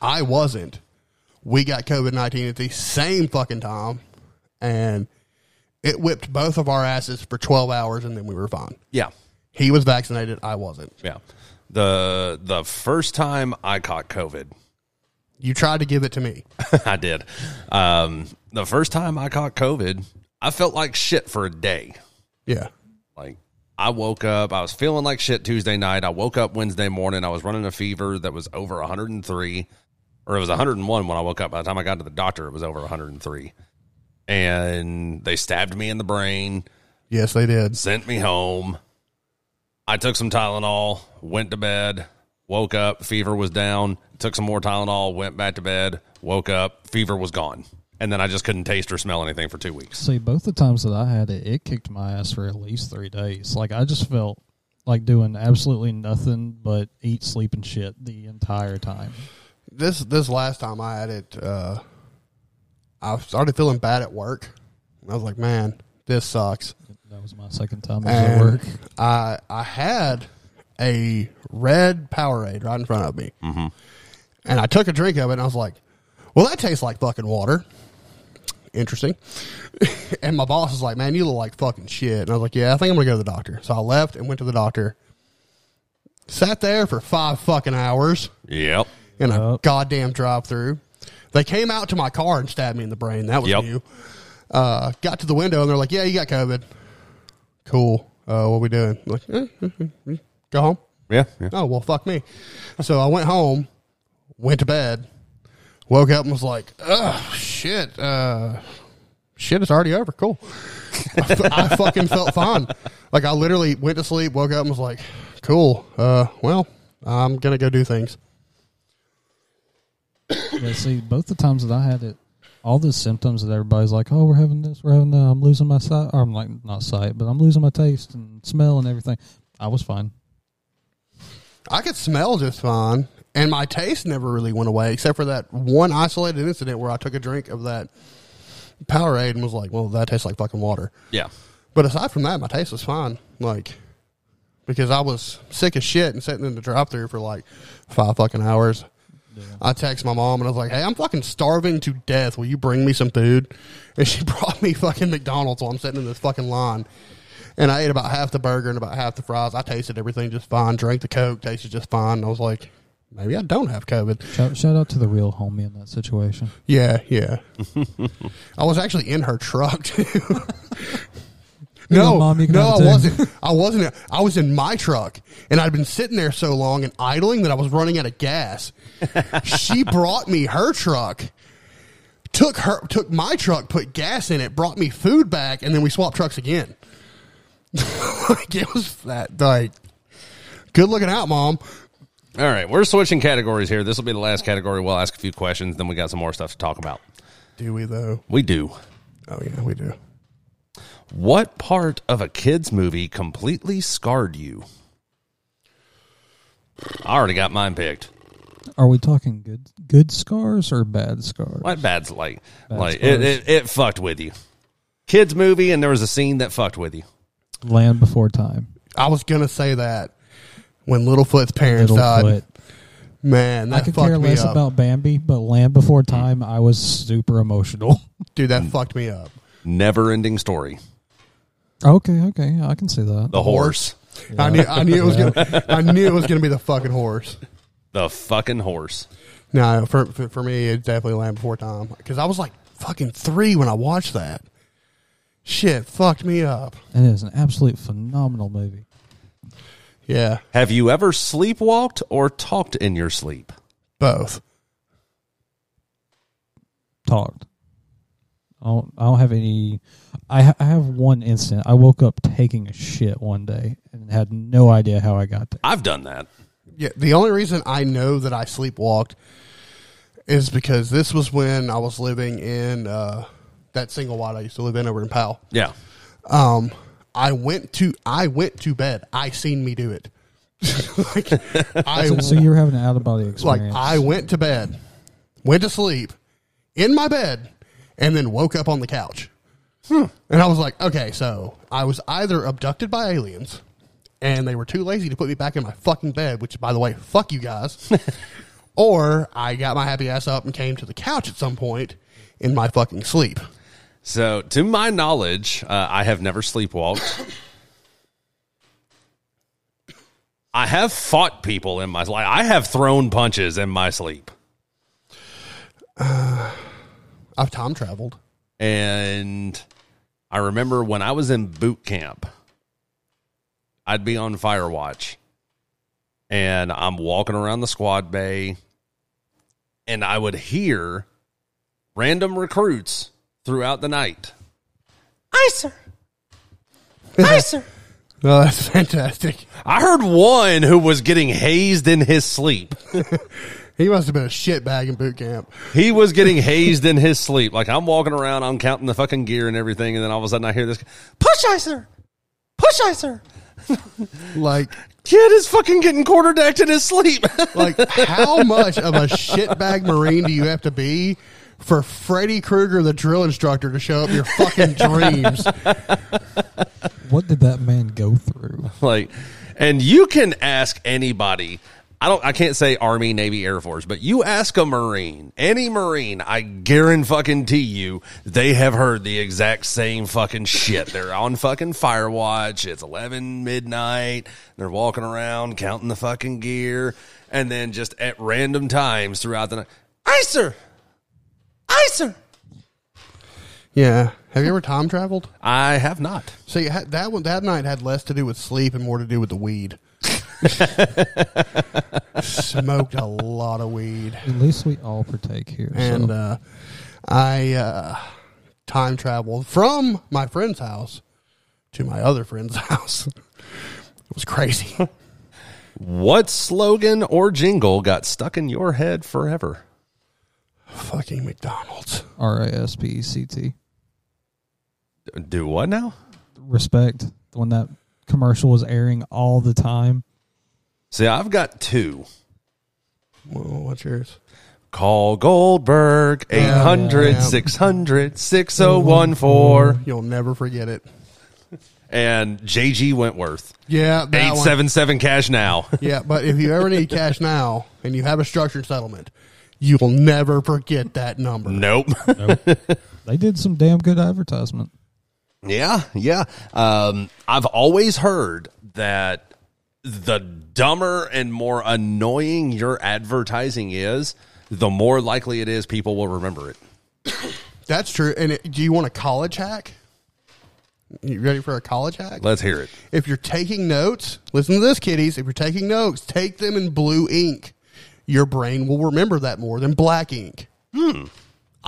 S2: I wasn't. We got COVID 19 at the same fucking time, and it whipped both of our asses for 12 hours, and then we were fine.
S1: Yeah.
S2: He was vaccinated. I wasn't.
S1: Yeah. The the first time I caught COVID,
S2: You tried to give it to me.
S1: I did. Um, the first time I caught COVID, I felt like shit for a day.
S2: Yeah.
S1: Like I woke up, I was feeling like shit Tuesday night. I woke up Wednesday morning, I was running a fever that was over 103 or it was 101 when I woke up. By the time I got to the doctor, it was over 103. And they stabbed me in the brain,
S2: Yes, they did.
S1: sent me home. I took some Tylenol, went to bed, Woke up, fever was down, took some more Tylenol, went back to bed, woke up, fever was gone. And then I just couldn't taste or smell anything for two weeks.
S3: See, both the times that I had it, it kicked my ass for at least three days. Like I just felt like doing absolutely nothing but eat, sleep, and shit the entire time.
S2: This this last time I had it, uh, I started feeling bad at work. I was like, man, this sucks.
S3: That was my second time I was at
S2: And
S3: work.
S2: I I had a red Powerade right in front of me, mm-hmm. and I took a drink of it, and I was like, "Well, that tastes like fucking water." Interesting. and my boss was like, "Man, you look like fucking shit." And I was like, "Yeah, I think I'm gonna go to the doctor." So I left and went to the doctor. Sat there for five fucking hours
S1: Yep.
S2: in a
S3: Yep.
S2: goddamn drive through. They came out to my car and stabbed me in the brain. That was
S1: Yep.
S2: new. Uh, got to the window and they're like, "Yeah, you got COVID." Cool. Uh, what we doing? I'm like, "Eh, eh, eh, eh. go home.
S1: Yeah. yeah.
S2: Oh well, fuck me. So I went home, went to bed, woke up and was like, "Oh shit, uh, shit, it's already over." Cool. I, fu- I fucking felt fine. Like I literally went to sleep, woke up and was like, "Cool. Uh, well, I'm gonna go do things."
S3: Yeah, see, both the times that I had it, all the symptoms that everybody's like, "Oh, we're having this, we're having that," I'm losing my sight, or I'm like not sight, but I'm losing my taste and smell and everything. I was fine.
S2: I could smell just fine, and my taste never really went away, except for that one isolated incident where I took a drink of that Powerade and was like, "Well, that tastes like fucking water."
S1: Yeah.
S2: But aside from that, my taste was fine, like because I was sick as shit and sitting in the drive-through for like five fucking hours. I text my mom and I was like, "Hey, I'm fucking starving to death. Will you bring me some food?" And she brought me fucking McDonald's while I'm sitting in this fucking line. And I ate about half the burger and about half the fries. I tasted everything just fine. Drank the Coke, tasted just fine. And I was like, maybe I don't have COVID.
S3: Shout, shout out to the real homie in that situation.
S2: Yeah, yeah. I was actually in her truck too. no,
S3: know, Mom, you can
S2: no, I
S3: have it too.
S2: wasn't. I wasn't. I was in my truck, and I'd been sitting there so long and idling that I was running out of gas. she brought me her truck. Took her, took my truck, put gas in it, brought me food back, and then we swapped trucks again. like it was that like, good looking out, mom.
S1: All right. We're switching categories here. This will be the last category. We'll ask a few questions. Then we got some more stuff to talk about.
S2: Do we though?
S1: We do.
S2: Oh yeah, we do.
S1: What part of a kid's movie completely scarred you? I already got mine picked.
S3: Are we talking good good scars or bad scars?
S1: Like bad's like
S3: Bad
S1: like
S3: scars.
S1: it, it, it fucked with you. Kids movie and there was a scene that fucked with you.
S3: Land before time.
S2: I was gonna say that when Littlefoot's parents died.
S3: Littlefoot.
S2: Man, that
S3: I could
S2: fucked
S3: care
S2: me
S3: less
S2: up.
S3: about Bambi, but Land Before Time, I was super emotional.
S2: Dude, that fucked me up.
S1: Never ending story.
S3: okay, okay, I can see that.
S1: The horse.
S2: I knew I knew it was gonna I knew it was gonna be the fucking horse.
S1: The fucking horse.
S2: No, for for, for me, it's definitely Land Before Time because I was like fucking three when I watched that. Shit, fucked me up.
S3: It is an absolute phenomenal movie.
S2: Yeah,
S1: Have you ever sleepwalked or talked in your sleep?
S2: both.
S3: Talked. I don't, I don't have any. I, ha- I have one incident. I woke up taking a shit one day and had no idea how I got there.
S1: I've done that.
S2: Yeah, the only reason I know that I sleepwalked is because this was when I was living in uh, that single wide I used to live in over in Powell.
S1: Yeah.
S2: um, I went to I went to bed. I seen me do it. like I
S3: So you were having an out of body
S2: like
S3: experience.
S2: I went to bed, went to sleep in my bed, and then woke up on the couch. And I was like, okay, so I was either abducted by aliens, and they were too lazy to put me back in my fucking bed. Which, by the way, fuck you guys. or I got my happy ass up and came to the couch at some point in my fucking sleep.
S1: So, to my knowledge, uh, I have never sleepwalked. I have fought people in my like I have thrown punches in my sleep.
S2: I've time traveled.
S1: And I remember when I was in boot camp, I'd be on fire watch and I'm walking around the squad bay and I would hear random recruits throughout the night. Aye, sir. Aye, sir.
S2: Oh, that's fantastic.
S1: I heard one who was getting hazed in his sleep.
S2: He must have been a shitbag in boot camp.
S1: He was getting hazed in his sleep. Like I'm walking around, I'm counting the fucking gear and everything, and then all of a sudden I hear this push icer, push icer.
S2: Like,
S1: Kid is fucking getting quarter decked in his sleep.
S2: like how much of a shitbag Marine do you have to be for Freddy Krueger, the drill instructor, to show up your fucking dreams?
S3: What did that man go through?
S1: like, and you can ask anybody. I don't. I can't say Army, Navy, Air Force, but you ask a Marine, any Marine, I guarantee fucking to you, they have heard the exact same fucking shit. They're on fucking fire watch. It's eleven midnight. They're walking around counting the fucking gear, and then just at random times throughout the night, Icer, Icer.
S2: Yeah. Have you ever time traveled?
S1: I have not.
S2: See, ha- that one that night had less to do with sleep and more to do with the weed. Smoked a lot of weed,
S3: At least we all partake here.
S2: and
S3: so.
S2: uh, I uh, time traveled from my friend's house to my other friend's house. It was crazy.
S1: What slogan or jingle got stuck in your head forever?
S2: Fucking McDonald's.
S3: R I S P E C T.
S1: Do what now?
S3: Respect. When that commercial was airing all the time.
S1: See, I've got two.
S2: Well, what's yours?
S1: Call Goldberg 800 600 6014
S2: You'll never forget it.
S1: and JG Wentworth
S2: Yeah, that one.
S1: 877 cash now.
S2: Yeah, but if you ever need cash now and you have a structured settlement, you will never forget that number.
S1: nope.
S3: They did some damn good advertisement.
S1: Yeah, yeah. Um, I've always heard that the dumber and more annoying your advertising is, the more likely it is people will remember it.
S2: That's true. And it, do you want a college hack? You ready for a college hack?
S1: Let's hear it.
S2: If you're taking notes, listen to this, kiddies. If you're taking notes, take them in blue ink. Your brain will remember that more than black ink. Hmm.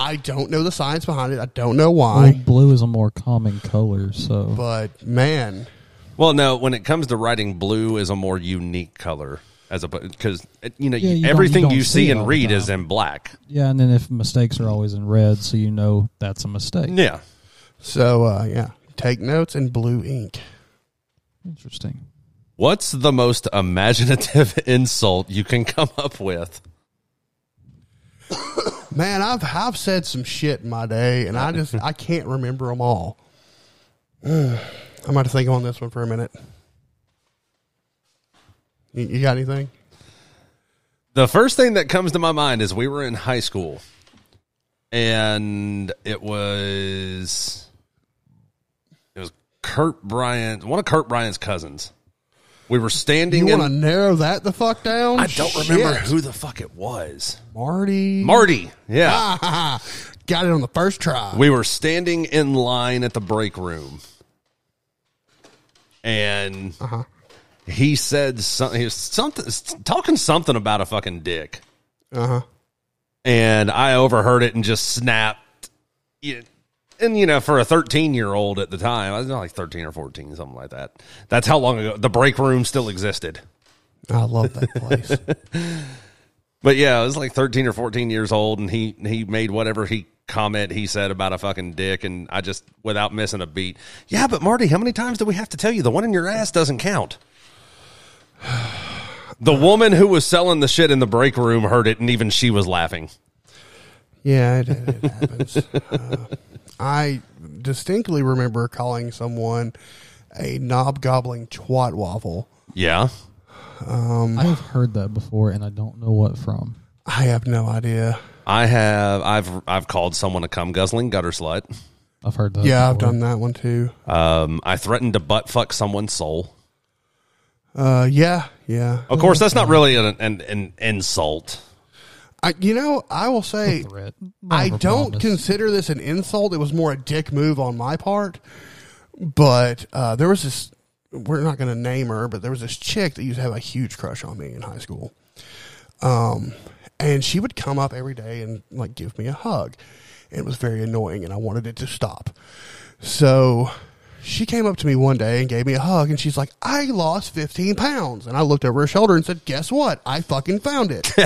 S2: I don't know the science behind it. I don't know
S3: Well,
S1: Hmm.
S2: why.
S3: blue is a more common color, so
S2: But man,
S1: Well, no, when it comes to writing, blue is a more unique color as a because you know
S3: Yeah, you don't-
S1: everything
S3: you
S1: you,
S3: don't see
S1: see
S3: it
S1: and
S3: all the
S1: read
S3: time.
S1: is in black.
S3: yeah. And then if mistakes are always in red, so you know that's a mistake.
S1: Yeah,
S2: so uh, yeah, take notes in blue ink.
S3: Interesting.
S1: what's the most imaginative insult you can come up with?
S2: Man, I've I've said some shit in my day, and I just I can't remember them all. I'm going to think on this one for a minute. You, you got anything?
S1: The first thing that comes to my mind is we were in high school, and it was it was Kurt Bryant, one of Kurt Bryant's cousins. We were standing.
S2: You
S1: in,
S2: want to narrow that the fuck down?
S1: I don't remember
S2: Shit.
S1: who the fuck it was.
S2: Marty.
S1: Marty. Yeah.
S2: got it on the first try.
S1: We were standing in line at the break room, and he said something. He was something talking something about a fucking dick,
S2: Uh huh.
S1: and I overheard it and just snapped. Yeah. And you know, for a thirteen-year-old at the time, I was like thirteen or fourteen, something like that. That's how long ago the break room still existed.
S2: I love that place.
S1: But yeah, I was like thirteen or fourteen years old, and he he made whatever he comment he said about a fucking dick, and I just without missing a beat. Yeah, but Marty, how many times do we have to tell you the one in your ass doesn't count? The woman who was selling the shit in the break room heard it, and even she was laughing.
S2: yeah, it, it happens. Uh, I distinctly remember calling someone a knob gobbling twat waffle.
S1: Yeah,
S3: I've heard that before, and I don't know what from.
S2: I have no idea.
S1: I have. I've I've called someone a cum guzzling gutter slut.
S3: I've heard that.
S2: Yeah, I've
S3: before.
S2: done that one too.
S1: Um, I threatened to butt fuck someone's soul.
S2: Uh, yeah, yeah.
S1: Of course, that's not really an an, an insult.
S2: I, you know, I will say,
S3: Threat.
S2: I
S3: Never
S2: don't
S3: promise.
S2: consider this an insult. It was more a dick move on my part. But uh, there was this. We're not going to name her, but there was this chick that used to have a huge crush on me in high school. Um, and she would come up every day and like give me a hug. And it was very annoying, and I wanted it to stop. So She came up to me one day and gave me a hug, and she's like, I lost 15 pounds. And I looked over her shoulder and said, Guess what? I fucking found it.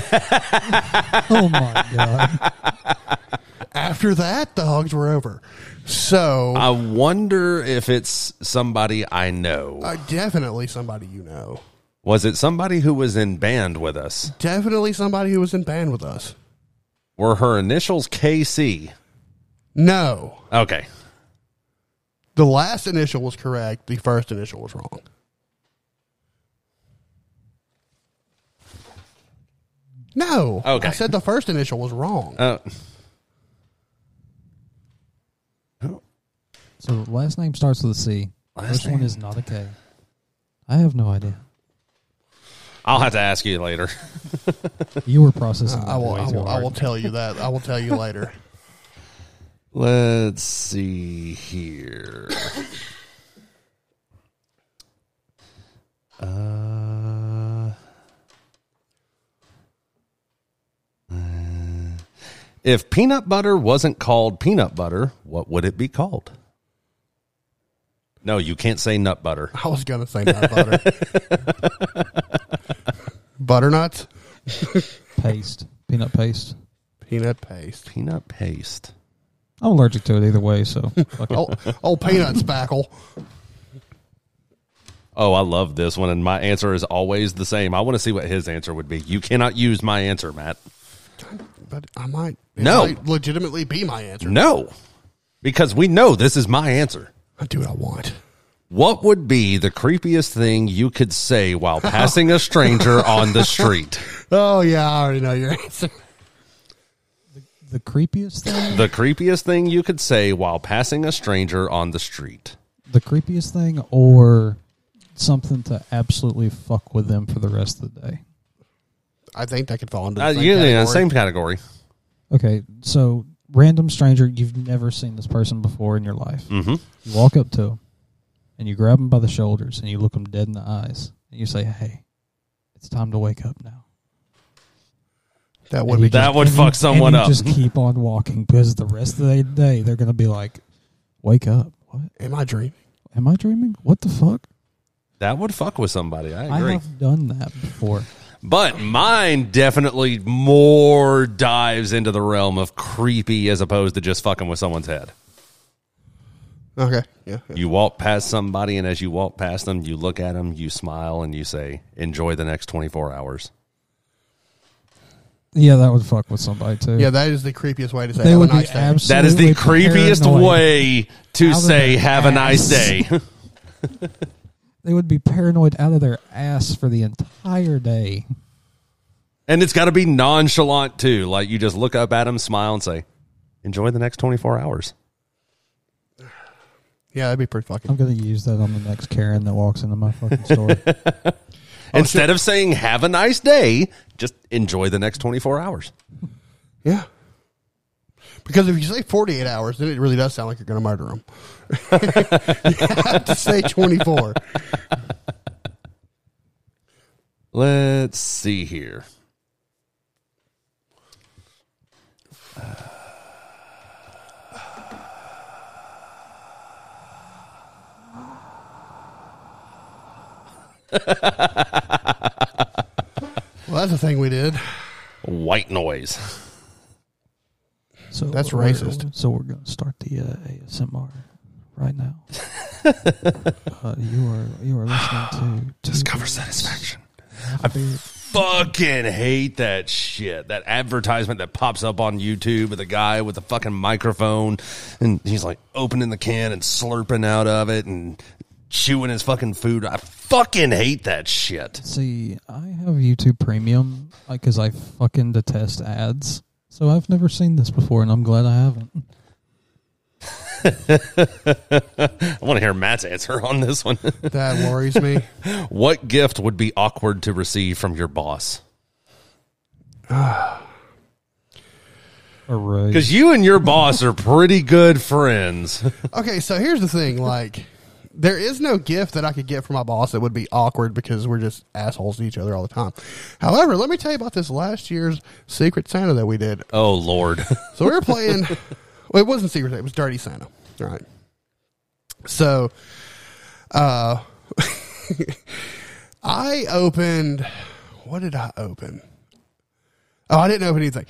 S3: Oh my god!
S2: After that, the hugs were over. So,
S1: I wonder if it's somebody I know.
S2: uh, definitely somebody you know.
S1: was it somebody who was in band with us?
S2: Definitely somebody who was in band with us.
S1: Were her initials KC?
S2: No.
S1: Okay.
S2: The last initial was correct. The first initial was wrong. No.
S1: Okay.
S2: I said the first initial was wrong.
S1: Uh,
S3: So last name starts with a C.
S1: Last
S3: First one
S1: name.
S3: is not a K. I have no idea.
S1: I'll have to ask you later.
S3: You were processing.
S2: I
S3: that
S2: will,
S3: way
S2: I,
S3: too
S2: will, I
S3: hard.
S2: will tell you that. I will tell you later.
S1: Let's see here. uh, uh, if peanut butter wasn't called peanut butter, what would it be called? No, you can't say nut butter.
S2: I was going to say nut butter. Butternuts?
S3: Paste peanut paste.
S2: Peanut paste.
S1: Peanut paste.
S3: I'm allergic to it either way, so fuck it.
S2: Oh, old peanut spackle.
S1: Oh, I love this one. And my answer is always the same. I want to see what his answer would be. You cannot use my answer, Matt.
S2: But I might. it
S1: No.
S2: might legitimately be my answer.
S1: No, because we know this is my answer.
S2: I do what I want.
S1: What would be the creepiest thing you could say while passing a stranger on the street?
S2: Oh, yeah. I already know your answer.
S3: the creepiest thing.
S1: The creepiest thing you could say while passing a stranger on the street.
S3: The creepiest thing, or something to absolutely fuck with them for the rest of the day.
S2: I think that could fall into the
S1: Uh,
S2: same
S1: yeah, yeah,
S2: category.
S1: same category.
S3: Okay, so random stranger you've never seen this person before in your life.
S1: hmm
S3: You walk up to them and you grab them by the shoulders and you look them dead in the eyes and you say, "Hey, it's time to wake up now."
S2: That
S3: And
S2: would
S3: you
S2: be
S1: That
S3: just-
S1: would
S3: and
S1: fuck
S3: you- and
S1: someone
S3: you
S1: up.
S3: Just keep on walking because the rest of the day they're gonna be like, "Wake up! What?
S2: Am I dreaming?
S3: Am I dreaming? What the fuck?"
S1: That would fuck with somebody. I
S3: I
S1: agree.
S3: have done that before.
S1: But mine definitely more dives into the realm of creepy as opposed to just fucking with someone's head.
S2: Okay. Yeah. yeah.
S1: You walk past somebody, and as you walk past them, you look at them, you smile, and you say, Enjoy the next 24 hours.
S3: Yeah, that would fuck with somebody too.
S2: Yeah, that is the creepiest way to say
S3: They
S2: have a
S3: would be
S2: nice day.
S3: abs-
S1: That is the
S3: Absolutely
S1: creepiest
S3: paranoid.
S1: way to
S3: Out of
S1: say
S3: their
S1: "Have a nice
S3: ass.
S1: day."
S3: they would be paranoid out of their ass for the entire day.
S1: and it's got to be nonchalant too. Like you just look up at him, smile, and say, "Enjoy the next twenty four hours."
S2: yeah, that'd be pretty fucking.
S3: I'm gonna use that on the next Karen that walks into my fucking store. Oh,
S1: Instead of saying "Have a nice day," just enjoy the next twenty four hours.
S2: Yeah. Because if you say 48 hours, then it really does sound like you're going to murder them. you have to say 24.
S1: Let's see here.
S2: Well, that's the thing we did.
S1: White noise.
S3: So
S2: That's
S3: we're-
S2: racist.
S3: So we're gonna start the uh, ASMR right now. uh, you are you are listening to
S1: Discover satisfaction. Fucking hate that shit. That advertisement that pops up on YouTube with the guy with the fucking microphone and he's like opening the can and slurping out of it and chewing his fucking food. I fucking hate that shit.
S3: See, I have YouTube Premium because I fucking detest ads. So I've never seen this before, and I'm glad I haven't.
S1: I want to hear Matt's answer on this one.
S2: That worries me.
S1: what gift would be awkward to receive from your boss?
S3: A raise.
S1: Because you and your boss are pretty good friends.
S2: Okay, so here's the thing. Like, there is no gift that I could get from my boss that would be awkward because we're just assholes to each other all the time. However, let me tell you about this last year's Secret Santa that we did.
S1: Oh, Lord.
S2: So we were playing. well, it wasn't Secret Santa. It was Dirty Santa. All right. So, uh, I opened. What did I open? Oh, I didn't open anything.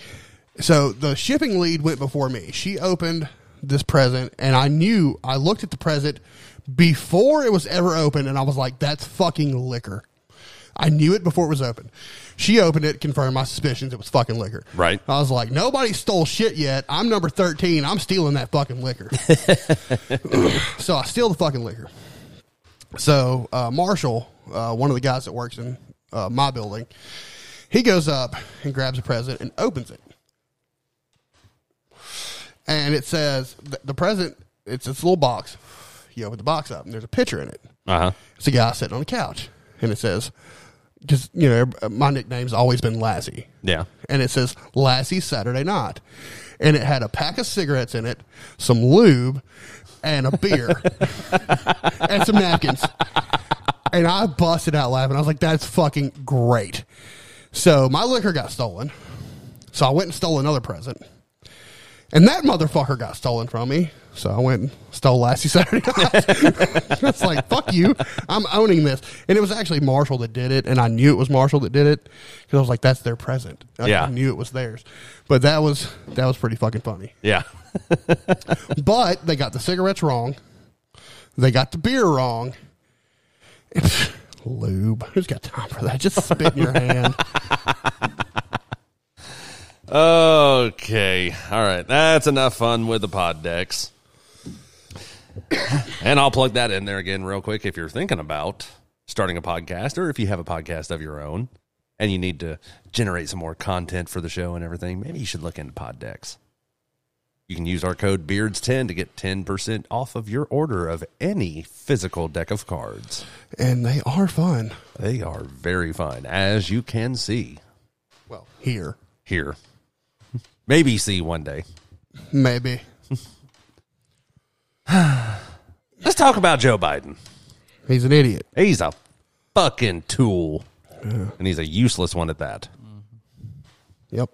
S2: So the shipping lead went before me. She opened this present, and I knew I looked at the present before it was ever opened, and I was like, "That's fucking liquor." I knew it before it was open. She opened it, confirmed my suspicions. It was fucking liquor.
S1: Right.
S2: I was like, nobody stole shit yet. I'm number 13. I'm stealing that fucking liquor. so I steal the fucking liquor. So uh, Marshall, uh, one of the guys that works in uh, my building, he goes up and grabs a present and opens it. And it says th- the present. It's this little box. You open the box up, and there's a picture in it.
S1: Uh huh.
S2: It's a guy sitting on a couch, and it says, "Just you know, uh, my nickname's always been Lassie."
S1: Yeah.
S2: and it says Lassie Saturday Night. And it had a pack of cigarettes in it, some lube, and a beer, and some napkins. And I busted out laughing. I was like, that's fucking great. So my liquor got stolen. So I went and stole another present. And that motherfucker got stolen from me. So I went and stole Lassie Saturday Night. It's like, fuck you. I'm owning this. And it was actually Marshall that did it. And I knew it was Marshall that did it because I was like, that's their present. I,
S1: Yeah.
S2: I knew it was theirs. But that was, that was pretty fucking funny.
S1: Yeah.
S2: But they got the cigarettes wrong. They got the beer wrong. Lube. Who's got time for that? Just spit in your hand.
S1: Okay. All right. That's enough fun with the pod decks. and I'll plug that in there again real quick if you're thinking about starting a podcast or if you have a podcast of your own and you need to generate some more content for the show and everything, maybe you should look into pod decks. You can use our code BEARDS10 to get 10% off of your order of any physical deck of cards.
S2: And they are fun.
S1: They are very fun, as you can see
S2: Well, here.
S1: here. Maybe see one day.
S2: Maybe.
S1: Let's talk about Joe Biden.
S2: He's an idiot.
S1: He's a fucking tool. And he's a useless one at that.
S2: Yep.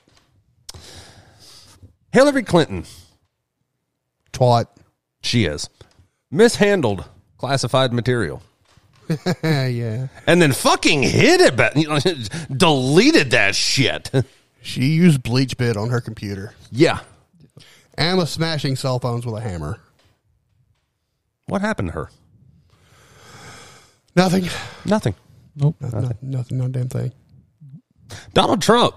S1: Hillary Clinton,
S2: Twat.
S1: she is, mishandled classified material.
S2: yeah.
S1: And then fucking hid it back, you know, deleted that shit.
S2: She used bleach bit on her computer
S1: yeah.
S2: and was smashing cell phones with a hammer.
S1: What happened to her?
S2: Nothing.
S1: Nothing.
S3: Nope.
S2: Nothing. Nothing. No damn thing.
S1: Donald Trump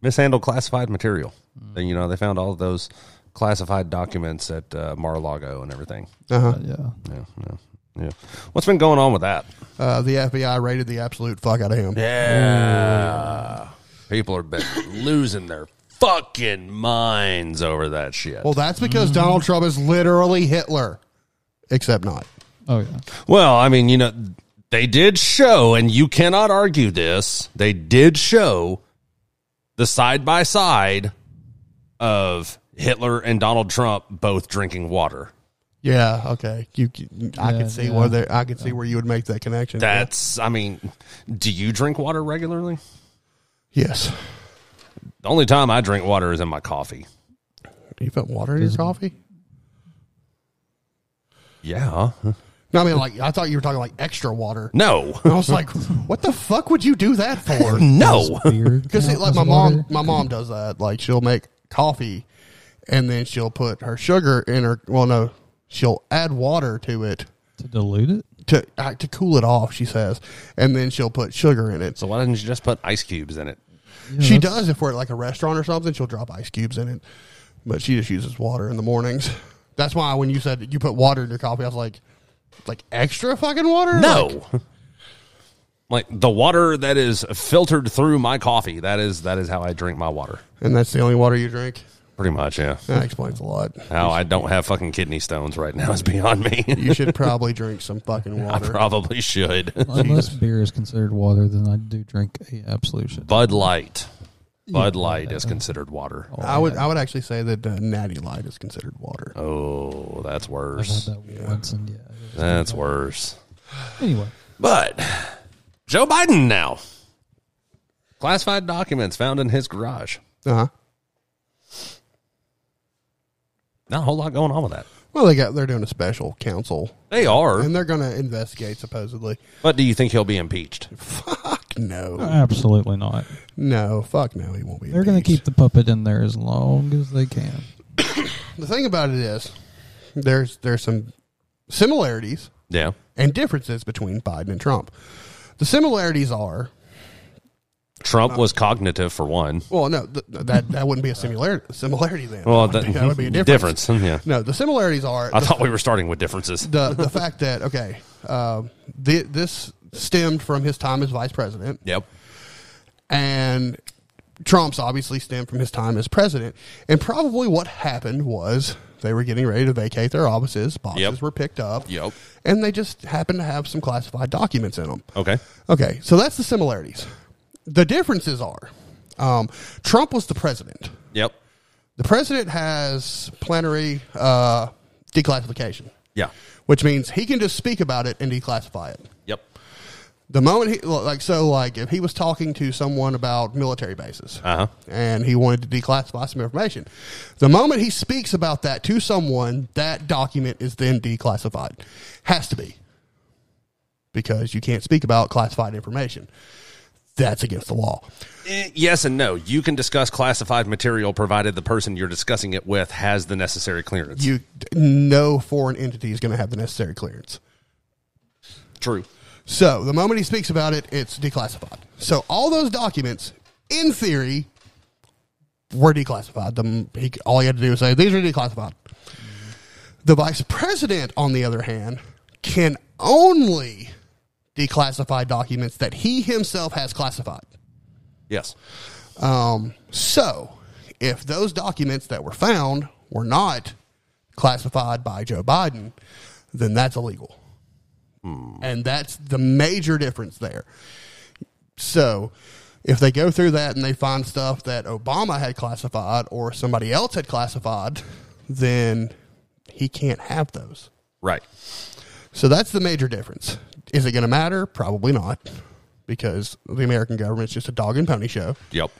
S1: mishandled classified material. And, you know, they found all of those classified documents at uh, Mar-a-Lago and everything.
S2: Uh huh.
S3: Yeah.
S1: Yeah, yeah, yeah. What's been going on with that?
S2: Uh, the FBI raided the absolute fuck out of him.
S1: Yeah. People are been losing their fucking minds over that shit.
S2: Well, that's because Donald Trump is literally Hitler, except not.
S3: Oh yeah.
S1: Well, I mean, you know, they did show, and you cannot argue this, they did show the side by side of Hitler and Donald Trump both drinking water.
S2: Yeah. Okay. You. I
S3: Yeah,
S2: can see
S3: yeah.
S2: where there. I can see where you would make that connection.
S1: That's, I mean, do you drink water regularly?
S2: yes.
S1: The only time I drink water is in my coffee.
S2: You put water in your coffee?
S1: Yeah.
S2: No, I mean like I thought you were talking like extra water.
S1: No.
S2: I was like, what the fuck would you do that for?
S1: No.
S3: Beard.
S2: Because like my
S3: Water.
S2: mom, my mom does that. Like she'll make coffee, and then she'll put her sugar in her. Well, no, she'll add water to it
S3: to dilute it.
S2: to uh, to cool it off. She says, and then she'll put sugar in it.
S1: So why didn't you just put ice cubes in it?
S3: Yeah,
S2: she
S3: that's-
S2: does if we're at like a restaurant or something. She'll drop ice cubes in it, but she just uses water in the mornings. That's why when you said you put water in your coffee, I was like, like extra fucking water. Like,
S1: No. Like the water that is filtered through my coffee. That is that is how I drink my water.
S2: and that's the only water you drink.
S1: Pretty much, yeah.
S2: That explains a lot.
S1: How I don't have fucking kidney stones right now is beyond me.
S2: You should probably drink some fucking
S1: I
S2: water.
S1: probably should.
S3: Unless beer is considered water, then I do drink a absolute shit.
S1: Bud Light. Bud Light is considered water.
S2: I would I would actually say that uh, Natty Light is considered water.
S1: Oh, that's
S3: I've had
S1: worse.
S3: that once, and yeah. it was-
S1: That's worse.
S3: Anyway,
S1: But Joe Biden now. Classified documents found in his garage.
S2: Uh huh.
S1: Not a whole lot going on with that.
S2: Well, they got they're doing a special counsel,
S1: They are.
S2: and they're going to investigate supposedly.
S1: But do you think he'll be impeached?
S2: Fuck no,
S3: Absolutely not.
S2: no, fuck no. He won't be.
S3: They're going to
S2: impeached.
S3: keep the puppet in there as long as they can.
S2: the thing about it is there's there's some similarities
S1: Yeah.
S2: and differences between Biden and Trump. The similarities are
S1: Trump was cognitive for one.
S2: well, no, th- that that wouldn't be a similarity similarity then.
S1: Well,
S2: that, would be, that would be a difference.
S1: difference. hmm, Yeah.
S2: No, the similarities are
S1: I
S2: the,
S1: thought we were starting with differences.
S2: the the fact that okay, um, thi- this stemmed from his time as vice president,
S1: Yep.
S2: and Trump's obviously stemmed from his time as president. And probably what happened was they were getting ready to vacate their offices. Boxes
S1: Yep.
S2: were picked up.
S1: Yep.
S2: And they just happened to have some classified documents in them.
S1: Okay.
S2: Okay, so that's the similarities. The differences are um, Trump was the president.
S1: Yep.
S2: The president has plenary uh, declassification,
S1: Yeah.
S2: which means he can just speak about it and declassify it.
S1: Yep.
S2: The moment he like so like if he was talking to someone about military bases
S1: Uh huh.
S2: and he wanted to declassify some information, the moment he speaks about that to someone, that document is then declassified. Has to be because you can't speak about classified information. That's against the law.
S1: Eh, Yes and no. You can discuss classified material provided the person you're discussing it with has the necessary clearance.
S2: You no foreign entity is going to have the necessary clearance.
S1: True.
S2: So the moment he speaks about it, it's declassified. So all those documents, in theory, were declassified. The, he, all he had to do was say these are declassified. The vice president, on the other hand, can only declassify documents that he himself has classified.
S1: Yes.
S2: Um, so if those documents that were found were not classified by Joe Biden, then that's illegal. And that's the major difference there. So if they go through that and they find stuff that Obama had classified or somebody else had classified, then he can't have those.
S1: Right.
S2: So that's the major difference. Is it going to matter? Probably not, because the American government's just a dog and pony show.
S1: Yep.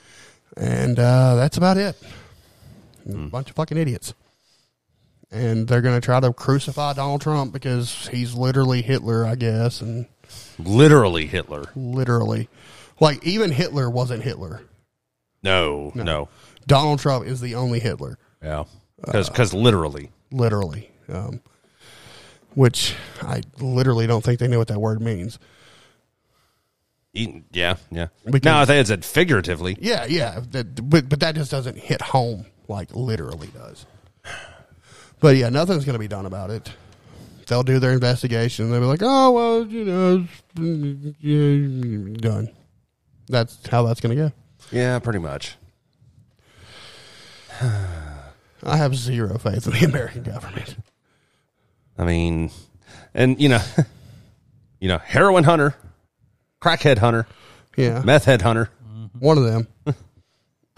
S2: And uh, that's about it. A bunch of fucking idiots. And they're going to try to crucify Donald Trump because he's literally Hitler, I guess, and
S1: Literally Hitler.
S2: literally. Like, even Hitler wasn't Hitler.
S1: No. No.
S2: Donald Trump is the only Hitler,
S1: Yeah. Because literally.
S2: literally. Um, which I literally don't think they know what that word means.
S1: Eaten. Yeah. Yeah.
S2: Because-
S1: no, I think it said figuratively.
S2: Yeah, yeah, that, but but that just doesn't hit home like literally does. But yeah, nothing's going to be done about it. They'll do their investigation. They'll be like, oh well, you know, it's- yeah, done. That's how that's going to go.
S1: Yeah, pretty much.
S2: I have zero faith in the American government.
S1: I mean, and you know, you know, heroin hunter, crackhead hunter,
S2: Yeah,
S1: meth head hunter,
S2: one of them.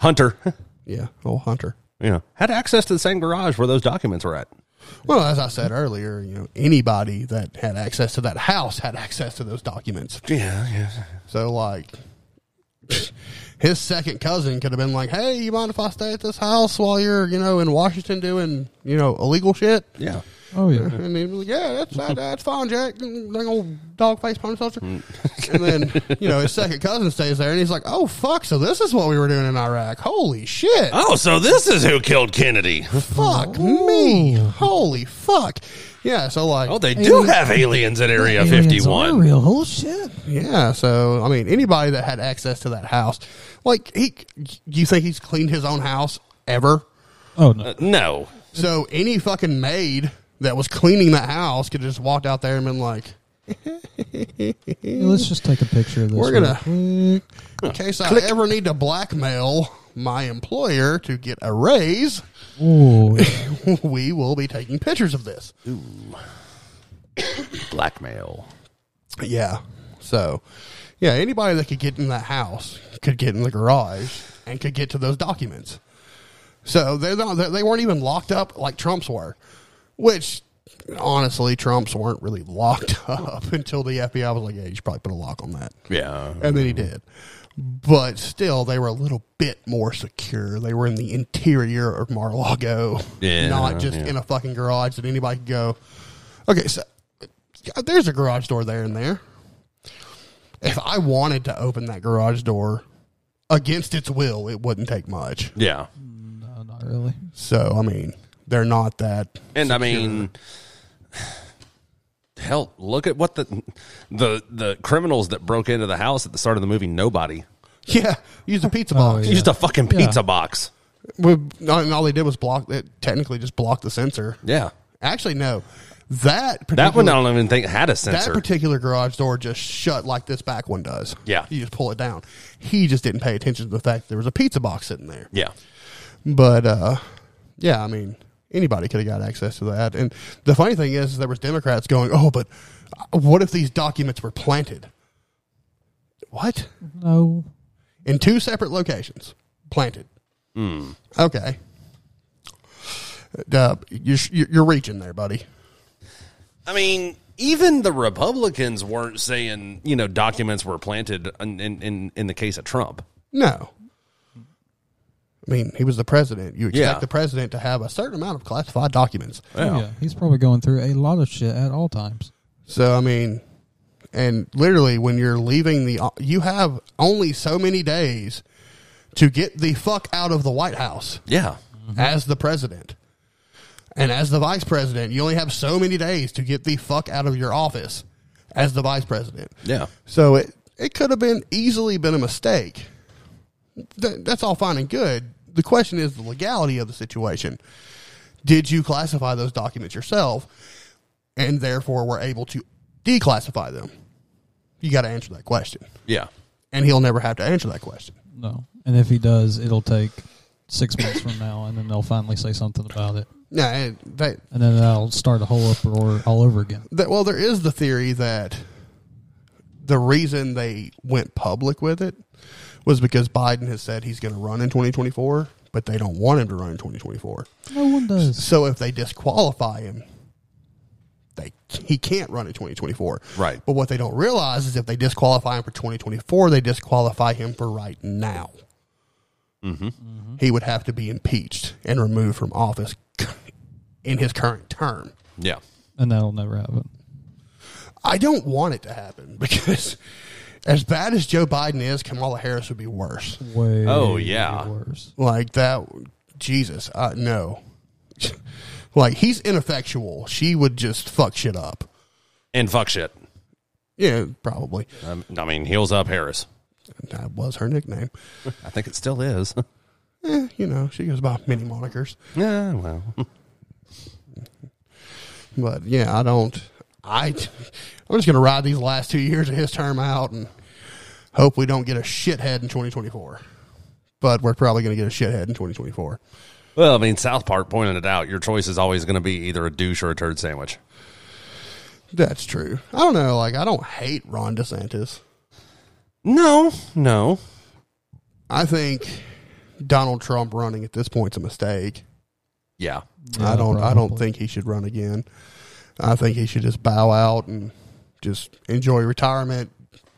S1: hunter,
S2: Yeah, old Hunter.
S1: you know, had access to the same garage where those documents were at.
S2: Well, as I said earlier, you know, anybody that had access to that house had access to those documents.
S1: Yeah, yeah.
S2: So like his second cousin could have been like, Hey, you mind if I stay at this house while you're, you know, in Washington doing, you know, illegal shit?
S1: Yeah.
S3: Oh yeah,
S2: And he'd be like, Yeah, that's that, that's fine, Jack. Like old dog face pony soldier.
S1: Mm.
S2: and then, you know, his second cousin stays there and he's like, Oh fuck, so this is what we were doing in Iraq. Holy shit.
S1: Oh, so this is who killed Kennedy.
S2: fuck me. Holy fuck. Yeah, so like
S1: Oh, they do have aliens at Area
S3: Aliens
S1: Fifty
S3: are
S1: One.
S3: real. Holy shit!
S2: Yeah, so I mean, anybody that had access to that house, like he, you think he's cleaned his own house ever?
S3: Oh
S1: Uh,
S3: no,
S1: No.
S2: So any fucking maid that was cleaning the house could have just walked out there and been like,
S3: Yeah, let's just take a picture of this.
S2: "We're
S3: real
S2: gonna,
S3: quick.
S2: in case I ever need to blackmail my employer to get a raise,
S3: Ooh, yeah.
S2: we will be taking pictures of this."
S1: Blackmail.
S2: Yeah, so yeah, anybody that could get in that house could get in the garage and could get to those documents. So they're not, they they weren't even locked up like Trump's were, which honestly, Trumps weren't really locked up until the FBI was like, yeah, you should probably put a lock on that.
S1: Yeah.
S2: And then he did. But still, they were a little bit more secure. They were in the interior of Mar-a-Lago,
S1: Yeah,
S2: not just
S1: yeah.
S2: in a fucking garage that anybody could go. Okay, so yeah, there's a garage door there and there. If I wanted to open that garage door against its will, it wouldn't take much.
S1: Yeah.
S3: No, not really.
S2: So I mean, they're not that.
S1: And I mean, hell, look at what the the the criminals that broke into the house at the start of the movie. Nobody
S2: Yeah, use a pizza box.
S3: yeah.
S1: used a fucking
S3: Yeah.
S1: pizza box.
S2: We- no, and all they did was block. It technically just blocked the sensor.
S1: Yeah,
S2: Actually, no. That particular,
S1: that one I don't even think had a
S2: that
S1: sensor.
S2: particular garage door just shut like this back one does.
S1: Yeah.
S2: You just pull it down. He just didn't pay attention to the fact that there was a pizza box sitting there.
S1: yeah,
S2: But uh, yeah, I mean, anybody could have got access to that. And the funny thing is, there was Democrats going, "Oh, but what if these documents were planted?" What?
S3: No.
S2: in two separate locations planted.
S1: Hmm.
S2: Okay. Uh, you're, you're reaching there, buddy.
S1: I mean, even the Republicans weren't saying you know documents were planted in in in, in the case of Trump.
S2: No. I mean, he was the president. You expect
S1: Yeah.
S2: the president to have a certain amount of classified documents.
S1: Yeah.
S3: Yeah. he's probably going through a lot of shit at all times.
S2: So, I mean, and literally, when you're leaving the, you have only so many days to get the fuck out of the White House.
S1: Yeah,
S2: as the president. And as the vice president, you only have so many days to get the fuck out of your office as the vice president.
S1: yeah,
S2: So it, it could have been easily been a mistake. Th- that's all fine and good. The question is the legality of the situation. Did you classify those documents yourself and therefore were able to declassify them? You got to answer that question.
S1: yeah.
S2: And he'll never have to answer that question.
S3: No. And if he does, it'll take six months from now, and then they'll finally say something about it.
S2: Yeah, and that,
S3: And then that'll start a whole uproar all over again.
S2: that well there is the theory that the reason they went public with it was because Biden has said he's going to run in 2024 but they don't want him to run in 2024
S3: No one does.
S2: so if they disqualify him they he can't run in 2024
S1: Right.
S2: but what they don't realize is if they disqualify him for 2024 they disqualify him for right now he would have to be impeached and removed from office in his current term
S1: yeah.
S3: And that'll never happen.
S2: I don't want it to happen because as bad as Joe Biden is, Kamala Harris would be worse.
S3: Way
S1: Oh, yeah.
S3: worse.
S2: Like that, Jesus, uh, no. like he's ineffectual. She would just fuck shit up.
S1: And fuck shit.
S2: Yeah, probably.
S1: Um, I mean, heels up Harris.
S2: That was her nickname.
S1: I think it still is.
S2: Eh, you know, she goes by many monikers.
S1: yeah. Well.
S2: But yeah, I don't. I, I'm just gonna ride these last two years of his term out and hope we don't get a shithead in 2024. But we're probably gonna get a shithead in 2024.
S1: Well, I mean, South Park pointed it out. Your choice is always going to be either a douche or a turd sandwich.
S2: That's true. I don't know. Like, I don't hate Ron DeSantis.
S1: No, no.
S2: I think Donald Trump running at this point's a mistake.
S1: Yeah.
S2: I
S3: Yeah,
S2: don't. I don't
S3: probably.
S2: think he should run again. I think he should just bow out and just enjoy retirement,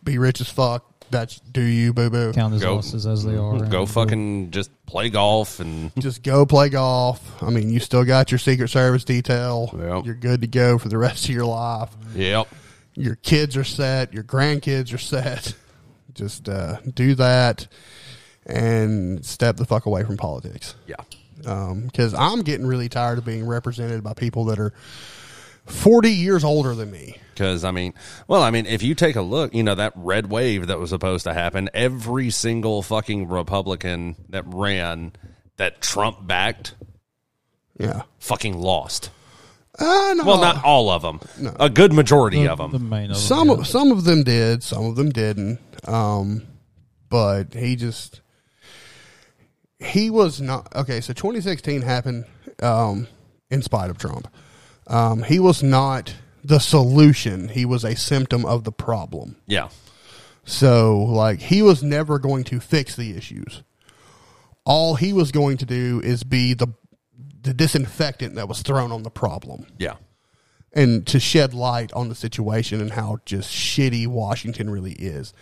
S2: be rich as fuck. That's do you, boo boo.
S3: Count his
S1: Go-
S3: losses as they are.
S1: Go
S3: and-
S1: fucking just play golf and
S2: Just go play golf. I mean, you still got your Secret Service detail.
S1: Yep.
S2: You're good to go for the rest of your life.
S1: yep.
S2: your kids are set, your grandkids are set. Just uh, do that and step the fuck away from politics.
S1: Yeah.
S2: Because I'm getting really tired of being represented by people that are 40 years older than me.
S1: Because I mean, well, I mean, if you take a look, you know that red wave that was supposed to happen. Every single fucking Republican that ran, that Trump backed,
S2: Yeah.
S1: fucking lost.
S2: Uh, no,
S1: Well, not all of them. A good majority of
S3: Oh. The
S1: them.
S3: main of
S2: some
S3: them,
S2: of, some of them did, some of them didn't. Um, but he just he was not okay. So 2016 happened um, in spite of Trump. Um, he was not the solution. He was a symptom of the problem.
S1: Yeah.
S2: So like he was never going to fix the issues. All he was going to do is be the the disinfectant that was thrown on the problem
S1: Yeah.
S2: and to shed light on the situation and how just shitty Washington really is.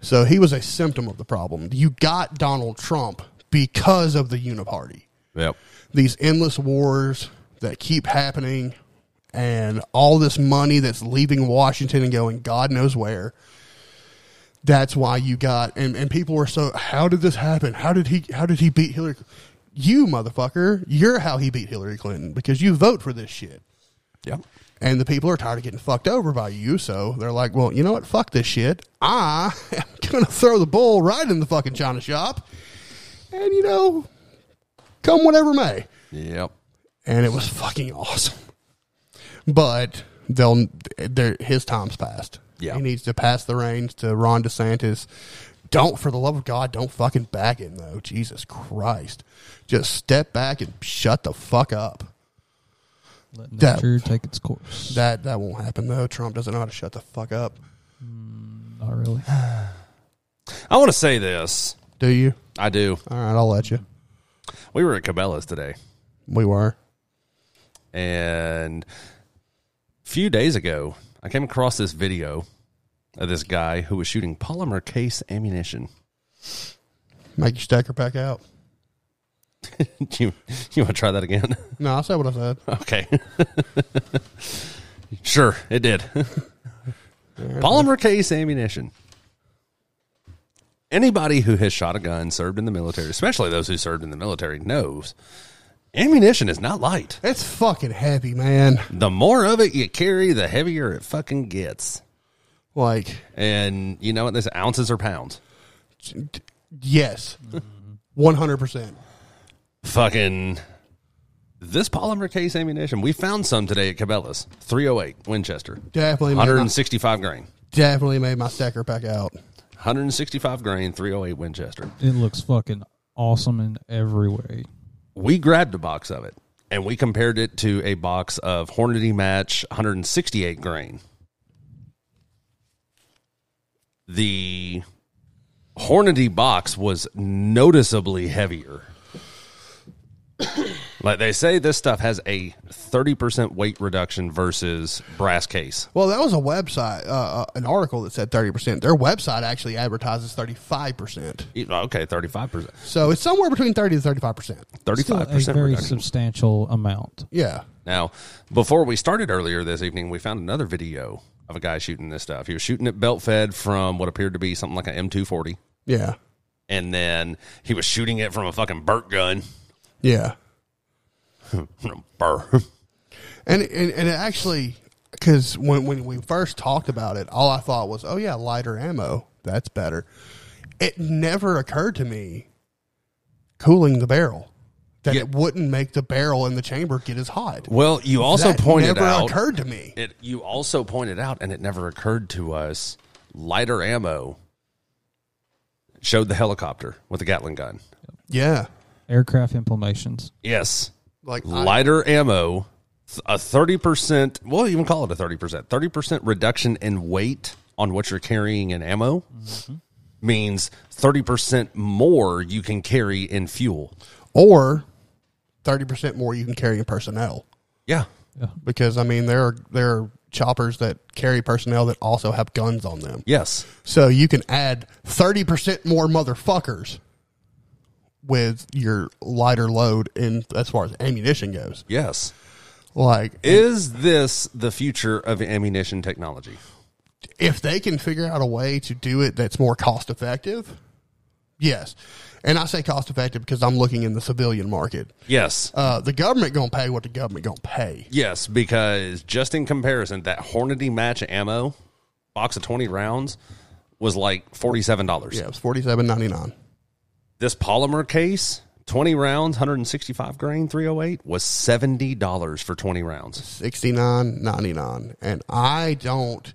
S2: So he was a symptom of the problem. You got Donald Trump because of the uniparty
S1: Yep.
S2: these endless wars that keep happening and all this money that's leaving Washington and going God knows where. That's why you got and, and people were so how did this happen? How did he how did he beat Hillary Cl-" You motherfucker, you're how he beat Hillary Clinton because you vote for this shit.
S1: Yep.
S2: And the people are tired of getting fucked over by you, so they're like, Well, you know what? Fuck this shit. I am gonna throw the bull right in the fucking China shop. And you know, come whatever may
S1: Yep.
S2: and it was fucking awesome. But they'll they're, his time's passed.
S1: Yeah.
S2: he needs to pass the reins to Ron DeSantis. Don't, for the love of God, don't fucking back him though. Jesus Christ, just step back and shut the fuck up.
S3: Let
S2: That-
S3: nature take its course.
S2: That that won't happen though. Trump doesn't know how to shut the fuck up.
S3: Not really.
S1: I want to say this.
S2: Do you?
S1: I do.
S2: All right, I'll let you.
S1: We were at Cabela's today,
S2: We were.
S1: and a few days ago, I came across this video of this guy who was shooting polymer case ammunition.
S2: Make your stacker back out.
S1: you you want to try that again?
S2: No, I said what I said.
S1: Okay. sure, it did. Polymer case ammunition. Anybody who has shot a gun, served in the military, especially those who served in the military, knows ammunition is not light.
S2: It's fucking heavy, man.
S1: The more of it you carry, the heavier it fucking gets.
S2: Like
S1: And you know what? This ounces or pounds.
S2: yes, one hundred percent.
S1: Fucking this polymer case ammunition. We found some today at Cabela's, 308 Winchester,
S2: Definitely made my-
S1: 165 grain.
S2: definitely made my stacker pack out.
S1: 165 grain, 308 Winchester.
S3: It looks fucking awesome in every way.
S1: We grabbed a box of it and we compared it to a box of Hornady Match 168 grain. The Hornady box was noticeably heavier. like they say, this stuff has a 30% weight reduction versus brass case.
S2: Well, that was a website, uh, uh, an article that said 30%. Their website actually advertises 35%.
S1: E, Okay, 35%.
S2: So it's somewhere between 30 to 35%.
S3: Still
S1: 35%
S3: a very
S1: reduction.
S3: substantial amount.
S2: Yeah.
S1: Now, before we started earlier this evening, we found another video of a guy shooting this stuff. He was shooting it belt fed from what appeared to be something like an M240,
S2: Yeah.
S1: and then he was shooting it from a fucking Burt gun.
S2: Yeah.
S1: Burr.
S2: And, and, and it actually, because when, when we first talked about it, all I thought was, oh, yeah, lighter ammo. That's better. It never occurred to me cooling the barrel, that
S1: Yeah.
S2: it wouldn't make the barrel in the chamber get as hot.
S1: Well, you also
S2: That
S1: pointed
S2: never
S1: out
S2: occurred to me.
S1: it. You also pointed out, and it never occurred to us. Lighter ammo showed the helicopter with a Gatling gun.
S2: Yeah.
S3: Aircraft implementations.
S1: Yes,
S2: Like, I-
S1: lighter ammo, th- a 30%, we'll even call it a 30%, 30% reduction in weight on what you're carrying in ammo
S2: Mm-hmm.
S1: means 30% more you can carry in fuel.
S2: or 30% more you can carry in personnel.
S1: Yeah.
S2: because I mean there are there are choppers that carry personnel that also have guns on them.
S1: Yes.
S2: So you can add thirty percent more motherfuckers with your lighter load in as far as ammunition goes.
S1: Yes.
S2: Like
S1: Is this the future of ammunition technology?
S2: if they can figure out a way to do it that's more cost effective, yes. And I say cost effective because I'm looking in the civilian market.
S1: Yes.
S2: Uh, the government gonna pay what the government gonna pay.
S1: Yes, because just in comparison, that Hornady match ammo box of 20 rounds was like $47.
S2: Yeah, it's forty seven ninety nine.
S1: This polymer case, 20 rounds, 165 grain, 308, was $70 for 20 rounds.
S2: Sixty nine ninety nine, and I don't.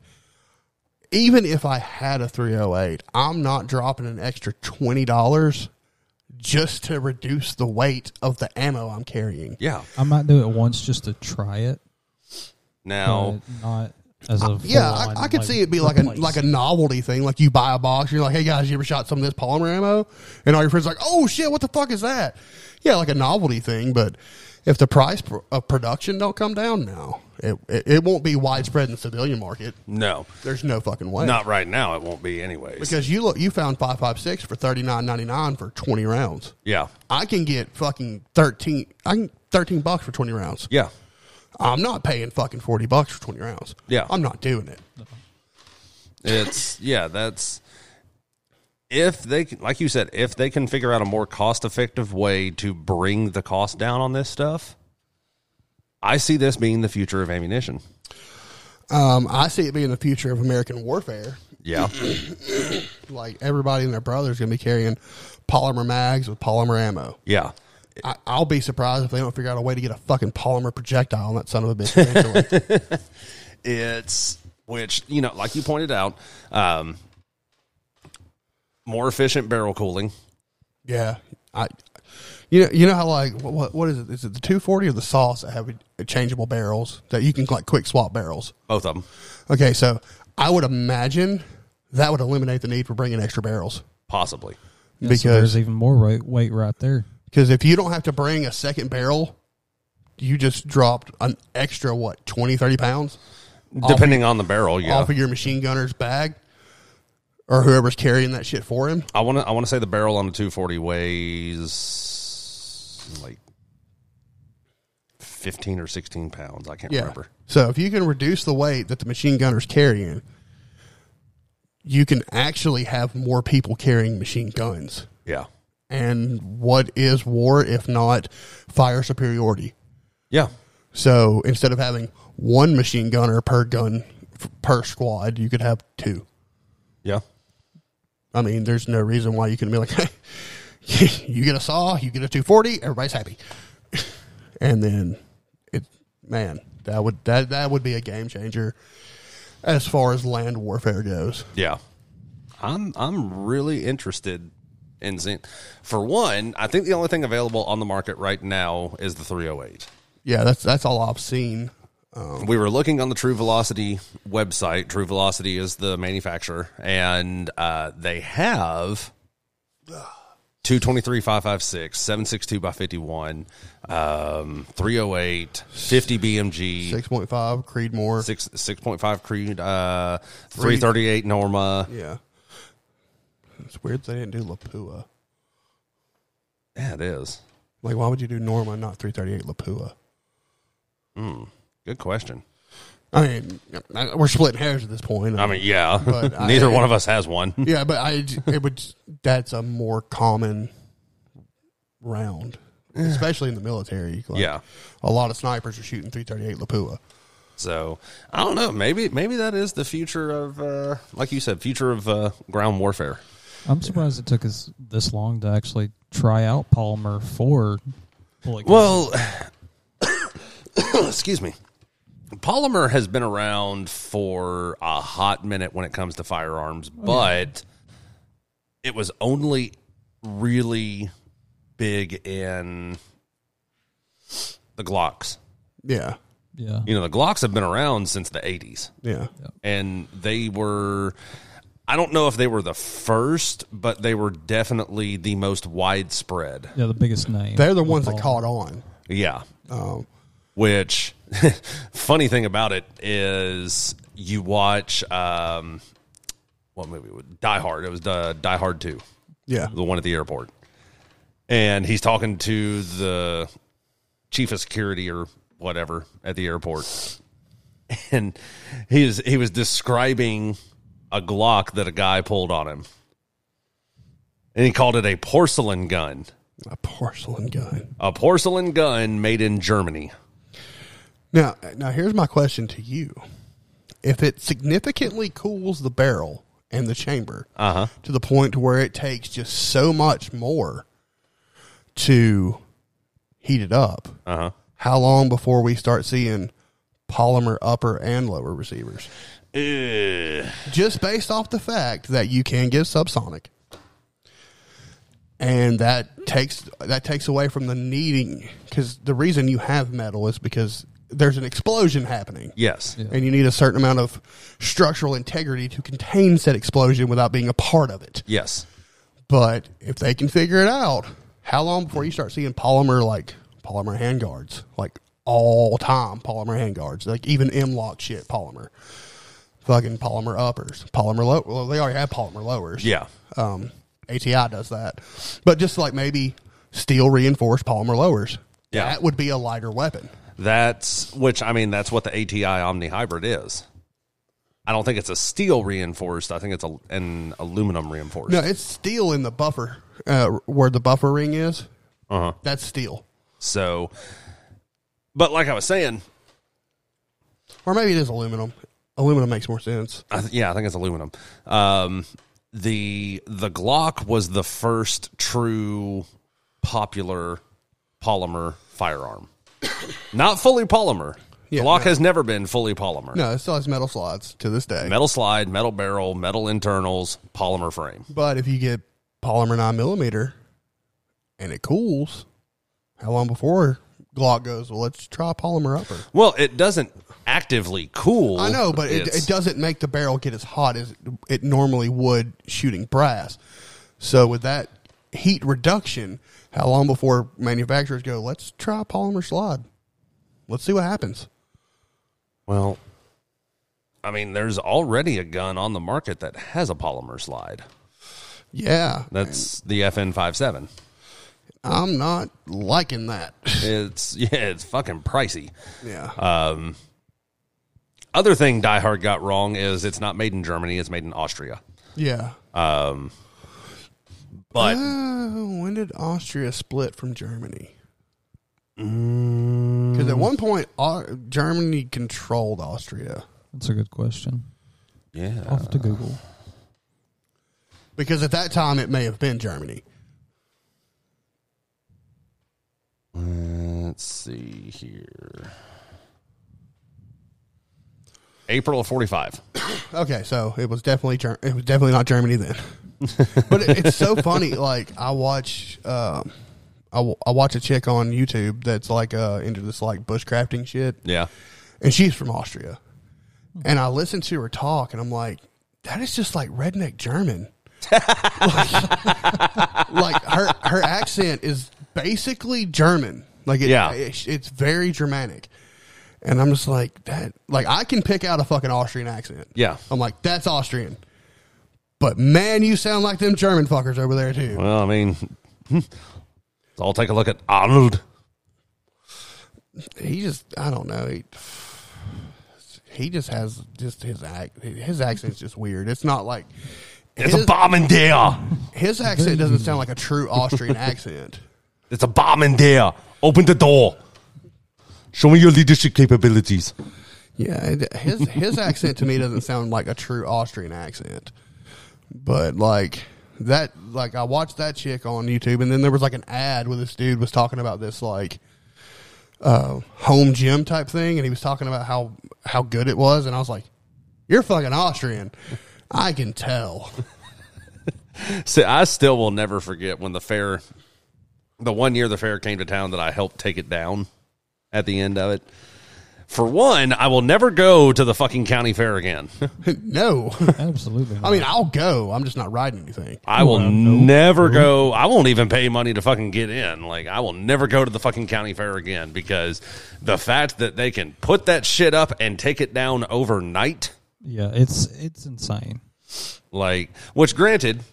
S2: Even if I had a 308, I'm not dropping an extra $20 just to reduce the weight of the ammo I'm carrying.
S1: Yeah.
S3: I might do it once just to try it,
S1: Now,
S3: but not as a
S2: Yeah, I,
S3: full-on,
S2: I could see it be like a
S3: replace.
S2: like a novelty thing. Like you buy a box, you're like, "Hey guys, you ever shot some of this polymer ammo?" And all your friends are like, "Oh shit, what the fuck is that?" Yeah, like a novelty thing. But if the price pr- of production don't come down now, It, it, it won't be widespread in the civilian market.
S1: No,
S2: There's no fucking way.
S1: not right now. It won't be anyways.
S2: Because you look, you found five five six for thirty nine ninety nine for twenty rounds.
S1: yeah,
S2: I can get fucking thirteen. I can thirteen bucks for twenty rounds.
S1: yeah,
S2: I'm not paying fucking forty bucks for twenty rounds.
S1: Yeah.
S2: I'm not doing it.
S1: it's yeah. That's if they can- like you said, if they can figure out a more cost effective way to bring the cost down on this stuff, I see this being the future of ammunition.
S2: Um, I see it being the future of American warfare.
S1: Yeah,
S2: Like everybody and their brother's gonna be carrying polymer mags with polymer ammo.
S1: yeah.
S2: I, I'll be surprised if they don't figure out a way to get a fucking polymer projectile on that son of a bitch. eventually.
S1: It's which you know, like you pointed out, um, more efficient barrel cooling.
S2: yeah, I. You know, you know how like what- what what is it? Is it the two forty or the sauce that have changeable barrels that you can like quick swap barrels?
S1: Both of them,
S2: Okay, so I would imagine that would eliminate the need for bringing extra barrels
S1: possibly.
S3: Yeah, so
S2: because
S3: there's even more weight, weight right there.
S2: because if you don't have to bring a second barrel, you just dropped an extra what 20, 30 pounds
S1: Depending on the barrel, yeah.
S2: off of your machine gunner's bag or whoever's carrying that shit for him.
S1: I want to. I want to say the barrel on the 240 weighs like 15 or 16 pounds. I can't
S2: Yeah.
S1: remember.
S2: So if you can reduce the weight that the machine gunner's carrying, you can actually have more people carrying machine guns.
S1: Yeah,
S2: And what is war if not fire superiority?
S1: yeah,
S2: So instead of having one machine gunner per gun f- per squad, you could have two.
S1: yeah,
S2: I mean, there's no reason why you couldn't be like, you get a saw, you get a 240, everybody's happy. and then it, man, that would that that would be a game changer as far as land warfare goes.
S1: yeah. I'm I'm really interested in seeing. For one, I think the only thing available on the market right now is the 308.
S2: Yeah, that's that's all I've seen.
S1: we were looking on the True Velocity website. True Velocity is the manufacturer, and uh, they have 223 556, 762 by 51, um, 308, 50 BMG,
S2: Six point five Creedmoor.
S1: 6, 6.5 Creed, uh, 338 Norma.
S2: Yeah, it's weird they didn't do Lapua.
S1: Yeah, it is.
S2: Like, why would you do Norma not three thirty eight Lapua?
S1: Good question.
S2: I mean, I- we're splitting hairs at this point.
S1: I mean, yeah,
S2: But I-
S1: neither one of us has one.
S2: yeah, but I it would that's a more common round, especially in the military. Like,
S1: Yeah.
S2: a lot of snipers are shooting three thirty eight Lapua.
S1: So I don't know. Maybe maybe that is the future of, uh, like you said, future of uh, ground warfare.
S3: I'm surprised it took us this long to actually try out polymer for bullet.
S1: Well, excuse me. Polymer has been around for a hot minute when it comes to firearms, but it was only really big in the Glocks.
S2: Yeah,
S3: yeah,
S1: You know, the Glocks have been around since the 80s,
S2: yeah,
S1: and they were. I don't know if they were the first, but they were definitely the most widespread.
S3: yeah, the biggest name.
S2: they're the ones that caught on.
S1: Yeah.
S2: Um,
S1: which funny thing about it is you watch um what movie was Die Hard it was the Die Hard 2
S2: yeah,
S1: the one at the airport and he's talking to the chief of security or whatever at the airport and he was he was describing a Glock that a guy pulled on him and he called it a porcelain gun
S2: a porcelain gun.
S1: a porcelain gun made in Germany
S2: Now, now here's my question to you: If it significantly cools the barrel and the chamber
S1: uh-huh
S2: to the point to where it takes just so much more to heat it up.
S1: uh-huh
S2: how long before we start seeing polymer upper and lower receivers?
S1: Ugh.
S2: Just based off the fact that you can get subsonic. And that takes that takes away from the needing because the reason you have metal is because there's an explosion happening,
S1: Yes.
S2: and you need a certain amount of structural integrity to contain said explosion without being a part of it.
S1: Yes.
S2: But if they can figure it out, how long before you start seeing polymer like polymer handguards, like all time polymer handguards, like even M lock shit polymer, fucking polymer uppers, polymer low. Well, they already have polymer lowers.
S1: Yeah.
S2: um, ATI does that, but just like maybe steel reinforced polymer lowers.
S1: Yeah.
S2: that would be a lighter weapon.
S1: That's which I mean that's what the ATI Omni Hybrid is. I don't think it's a steel reinforced. I think it's a, an aluminum reinforced.
S2: No, it's steel in the buffer uh, where the buffer ring is.
S1: Uh-huh.
S2: That's steel,
S1: So, but like I was saying,
S2: or maybe it is aluminum. Aluminum makes more sense.
S1: I th- yeah, I think it's aluminum. Um, the the Glock was the first true popular polymer firearm, not fully polymer.
S2: Yeah,
S1: Glock
S2: no.
S1: has never been fully polymer.
S2: No, it still has metal slides to this day.
S1: Metal slide, metal barrel, metal internals, polymer frame.
S2: But if you get polymer nine millimeter and it cools, how long before Glock goes? Well, let's try polymer upper.
S1: Well, it doesn't actively cool.
S2: I know, but it,
S1: It's-
S2: it doesn't make the barrel get as hot as it normally would shooting brass. So with that heat reduction, how long before manufacturers go? Let's try polymer slide. Let's see what happens.
S1: Well, I mean, there's already a gun on the market that has a polymer slide.
S2: Yeah,
S1: That's the FN57.
S2: I'm not liking that.
S1: It's yeah, it's fucking pricey.
S2: Yeah,
S1: Other thing Die Hard got wrong is it's not made in Germany; it's made in Austria.
S2: yeah.
S1: But
S2: Uh, when did Austria split from Germany? Because at one point, Au- Germany controlled Austria.
S3: That's a good question.
S1: yeah,
S3: I'll have to
S2: Uh,
S3: Google.
S2: Because at that time, it may have been Germany.
S1: let's see here. April of forty-five.
S2: Okay, so it was definitely Ger- it was definitely not Germany then. but it, it's so funny. Like I watch, um, I, w- I watch a chick on YouTube that's like uh, into this like bushcrafting shit,
S1: Yeah,
S2: and she's from Austria. And I listen to her talk, and I'm like, that is just like redneck German. like, like, her her accent is basically German. Like it,
S1: Yeah.
S2: it's, it's very Germanic. And I'm just like that. Like I can pick out a fucking Austrian accent.
S1: yeah.
S2: I'm like, that's Austrian. But man, you sound like them German fuckers over there too.
S1: Well, I mean, so I'll take a look at Arnold.
S2: He just, I don't know. He, he just has just his act. His accent's just weird. It's not like
S1: It's
S2: his,
S1: a bomb in there.
S2: his accent doesn't sound like a true Austrian accent.
S1: It's a bomb in there. Open the door. Show me your leadership capabilities.
S2: Yeah, it- his his accent to me doesn't sound like a true Austrian accent. But like that, like I watched that chick on YouTube, and then there was like an ad where this dude was talking about this like uh, home gym type thing, and he was talking about how how good it was, and I was like, "You're fucking Austrian." I can tell.
S1: See, I still will never forget when the fair, the one year the fair came to town that I helped take it down at the end of it. For one, I will never go to the fucking county fair again.
S2: no,
S3: Absolutely.
S2: I mean I'll go. I'm just not riding anything.
S1: I will never go. I won't even pay money to fucking get in. Like, I will never go to the fucking county fair again because the fact that they can put that shit up and take it down overnight.
S3: yeah, it's it's insane.
S1: Like, which granted,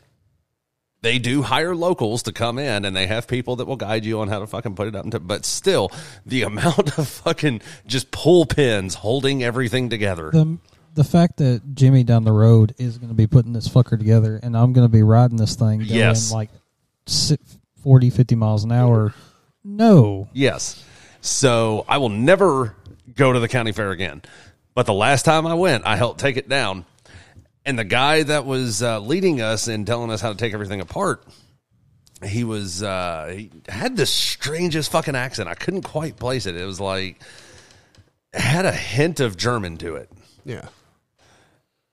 S1: they do hire locals to come in and they have people that will guide you on how to fucking put it up. into- But still, the amount of fucking just pull pins holding everything together.
S3: The the fact that Jimmy down the road is going to be putting this fucker together, and I'm going to be riding this thing going
S1: Yes.
S3: like si- 40, 50 miles an hour. No,
S1: Yes. So I will never go to the county fair again. But the last time I went, I helped take it down. And the guy that was uh, leading us and telling us how to take everything apart, he was uh, he had the strangest fucking accent. I couldn't quite place it. It was like it had a hint of German to it.
S2: Yeah,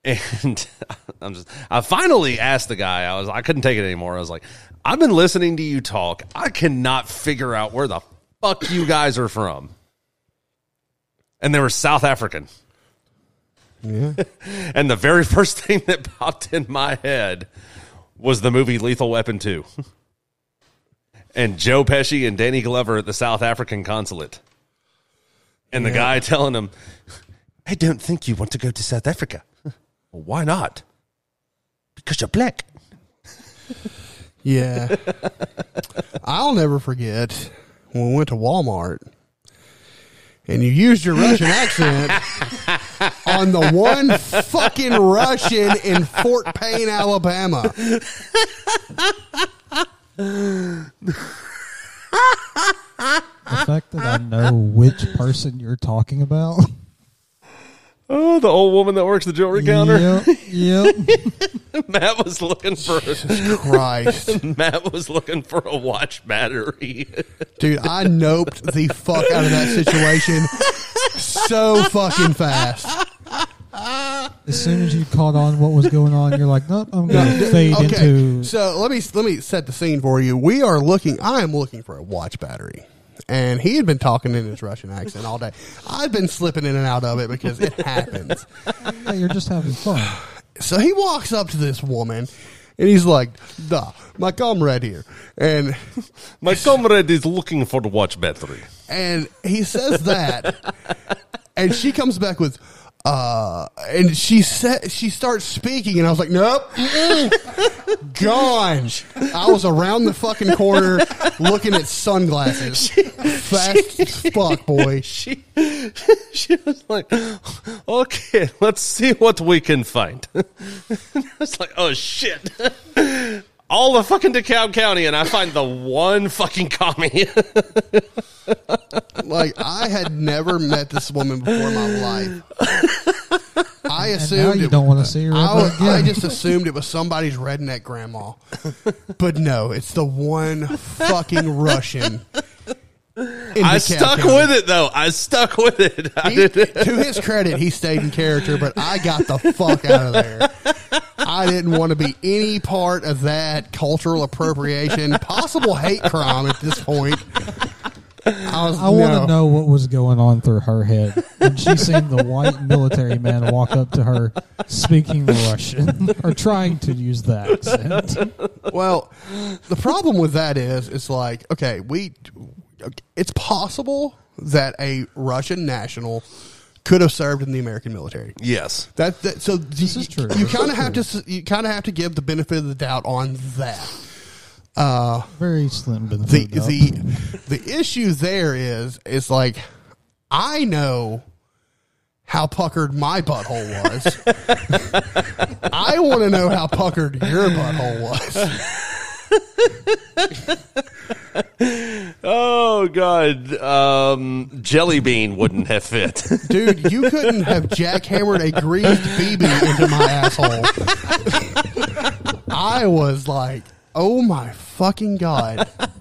S1: And I'm just, I finally asked the guy. I was, I couldn't take it anymore. I was like, I've been listening to you talk. I cannot figure out where the fuck you guys are from. And they were South African.
S2: yeah.
S1: And the very first thing that popped in my head was the movie Lethal Weapon 2. And Joe Pesci and Danny Glover at the South African consulate. and the guy telling him, I don't think you want to go to South Africa. well, why not? Because you're black.
S2: Yeah. I'll never forget when we went to Walmart and you used your Russian accent on the one fucking Russian in Fort Payne, Alabama.
S3: The fact that I know which person you're talking about.
S1: Oh, the old woman that works the jewelry counter.
S3: Yep, yep.
S1: Matt was looking for
S2: Christ.
S1: Matt was looking for a watch battery.
S2: Dude, I noped the fuck out of that situation so fucking fast.
S3: As soon as you caught on what was going on, you're like, nope, I'm going to fade
S2: Okay.
S3: into.
S2: So let me let me set the scene for you. We are looking I am looking for a watch battery. And he had been talking in his Russian accent all day. I've been slipping in and out of it because it happens.
S3: Yeah, you're just having fun.
S2: So he walks up to this woman and he's like, Duh, my comrade here. And
S1: My comrade is looking for the watch battery.
S2: and he says that and she comes back with uh and she said she starts speaking and i was like nope mm-mm, gone i was around the fucking corner looking at sunglasses fast as fuck boy
S1: She she was like, okay, let's see what we can find. It's like, oh shit. All of fucking DeKalb County, and I find the one fucking commie.
S2: like i had never met this woman before in my life i
S3: Now
S2: assumed
S3: you
S2: it-
S3: don't want to see her
S2: I,
S3: ever
S2: was- I
S3: again.
S2: just assumed it was somebody's redneck grandma. But no, it's the one fucking Russian. in
S1: I
S2: DeKalb
S1: stuck
S2: County.
S1: with it though. I stuck with it. I
S2: He-
S1: did
S2: to his credit, he stayed in character, but I got the fuck out of there. I didn't want to be any part of that cultural appropriation, possible hate crime at this point. I, was,
S3: I want to
S2: no.
S3: know what was going on through her head when she seen the white military man walk up to her speaking Russian or trying to use the accent.
S2: Well, the problem with that is, it's like, okay, we, it's possible that a Russian national could have served in the American military.
S1: Yes.
S2: That, that so this
S3: is true.
S2: You
S3: This
S2: kind
S3: is
S2: of have to, s- you kind of have to give the benefit of the doubt on that.
S3: Very slim. been
S2: the
S3: food up.
S2: the the issue there is is like I know how puckered my butthole was. I want to know how puckered your butthole was.
S1: Oh god. Um, jelly bean wouldn't have fit.
S2: Dude, you couldn't have jackhammered a greased BB into my asshole. I was like, "Oh my fucking god."
S3: At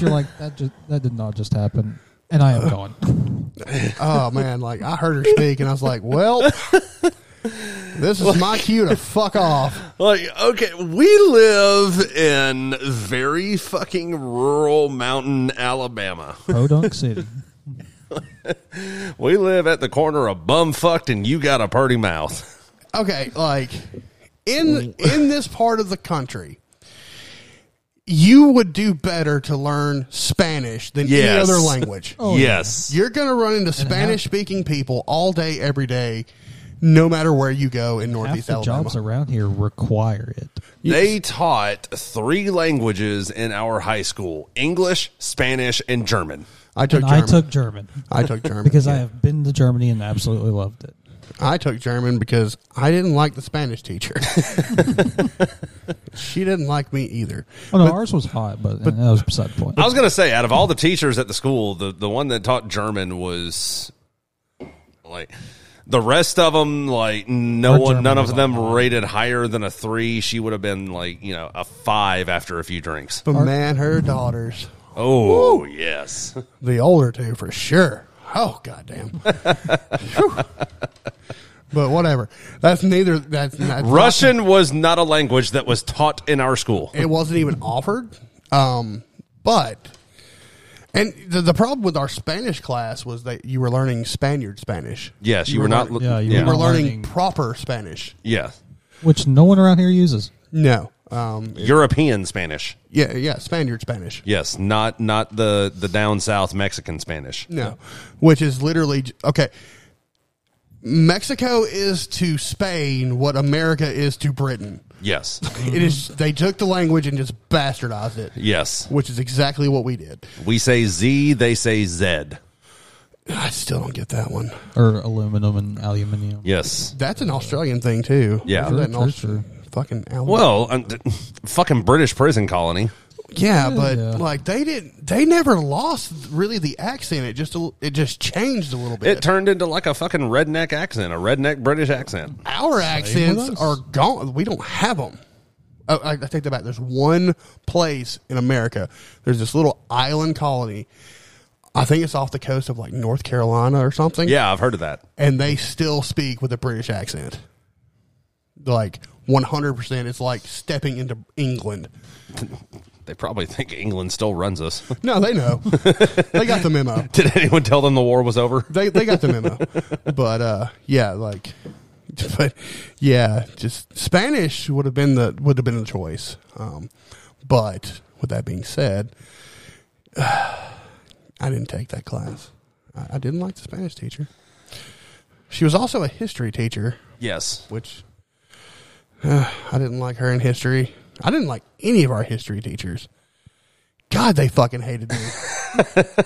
S2: uh,
S3: you're like, that, just, that did not just happen. And I am gone.
S2: Oh man, like I heard her speak and I was like, "Well, this is my cue to fuck off."
S1: Like, okay, we live in very fucking rural mountain Alabama.
S3: Podunk City.
S1: We live at the corner of bumfucked and you got a purty mouth.
S2: okay, like in in this part of the country, you would do better to learn Spanish than any
S1: Yes.
S2: other language.
S3: Oh, yeah.
S1: yes.
S2: You're going to run into Spanish speaking people all day, every day, no matter where you go in
S3: Half
S2: Northeast
S3: the
S2: Alabama.
S3: jobs around here require it.
S1: They taught three languages in our high school English, Spanish, and German.
S2: I took
S3: And
S2: German.
S3: I took German
S2: I took German
S3: because I
S2: yeah.
S3: have been to Germany and absolutely loved it.
S2: I took German because I didn't like the Spanish teacher. she didn't like me either.
S3: Oh, no, ours was hot, but, and that was beside the point.
S1: I was going to say, out of all the teachers at the school, the, the one that taught German was like the rest of them, like no
S3: Her
S1: one,
S3: German
S1: none
S3: was
S1: of them
S3: awful.
S1: rated higher than a three. She would have been like, you know, a five after a few drinks.
S2: But man, her daughters,
S1: Oh, yes.
S2: The older two for sure. Oh goddamn. Phew. but whatever. That's neither. That's not,
S1: Russian was not a language that was taught in our school.
S2: It wasn't even offered. Um, but and the, the problem with our Spanish class was that you were learning Spaniard Spanish.
S1: Yes, you, were not.
S2: learn-
S1: yeah,
S3: yeah, you
S2: You were
S3: Not
S2: learning
S3: learning-
S2: proper Spanish.
S1: yeah.
S3: which no one around here uses.
S2: No. Um, it-
S1: European Spanish.
S2: yeah, yeah, Spaniard Spanish.
S1: Yes, not not the the down south Mexican Spanish.
S2: No, which is literally j- okay. Mexico is to Spain what America is to Britain.
S1: Yes.
S2: It is they took the language and just bastardized it,
S1: Yes.
S2: which is exactly what we did.
S1: We say Z, they say Zed.
S2: I still don't get that one.
S3: or aluminum and aluminium.
S1: Yes.
S2: That's an Australian thing too.
S1: Yeah.
S2: Isn't that an
S3: True,
S2: Aust-
S3: true.
S2: fucking Alabama?
S1: Well, um, d- fucking British prison colony.
S2: yeah, but
S3: yeah.
S2: like they didn't, they never lost really the accent. It just it just changed a little bit.
S1: It turned into like a fucking redneck accent, a redneck British accent.
S2: Our accents
S3: us.
S2: are gone. We don't have them. Oh, I, I take that back. There's one place in America. There's this little island colony. I think it's off the coast of like North Carolina or something.
S1: Yeah, I've heard of that.
S2: and they still speak with a British accent. Like 100%. It's like stepping into England.
S1: They probably think England still runs us.
S2: No, they know. they got the memo.
S1: Did anyone tell them the war was over?
S2: They, they got the memo. But uh, yeah, like, but yeah, just Spanish would have been the would have been the choice. Um, but with that being said, I didn't take that class. I, I didn't like the Spanish teacher. She was also a history teacher,
S1: Yes.
S2: which uh, I didn't like her in history. I didn't like any of our history teachers. God, they fucking hated me.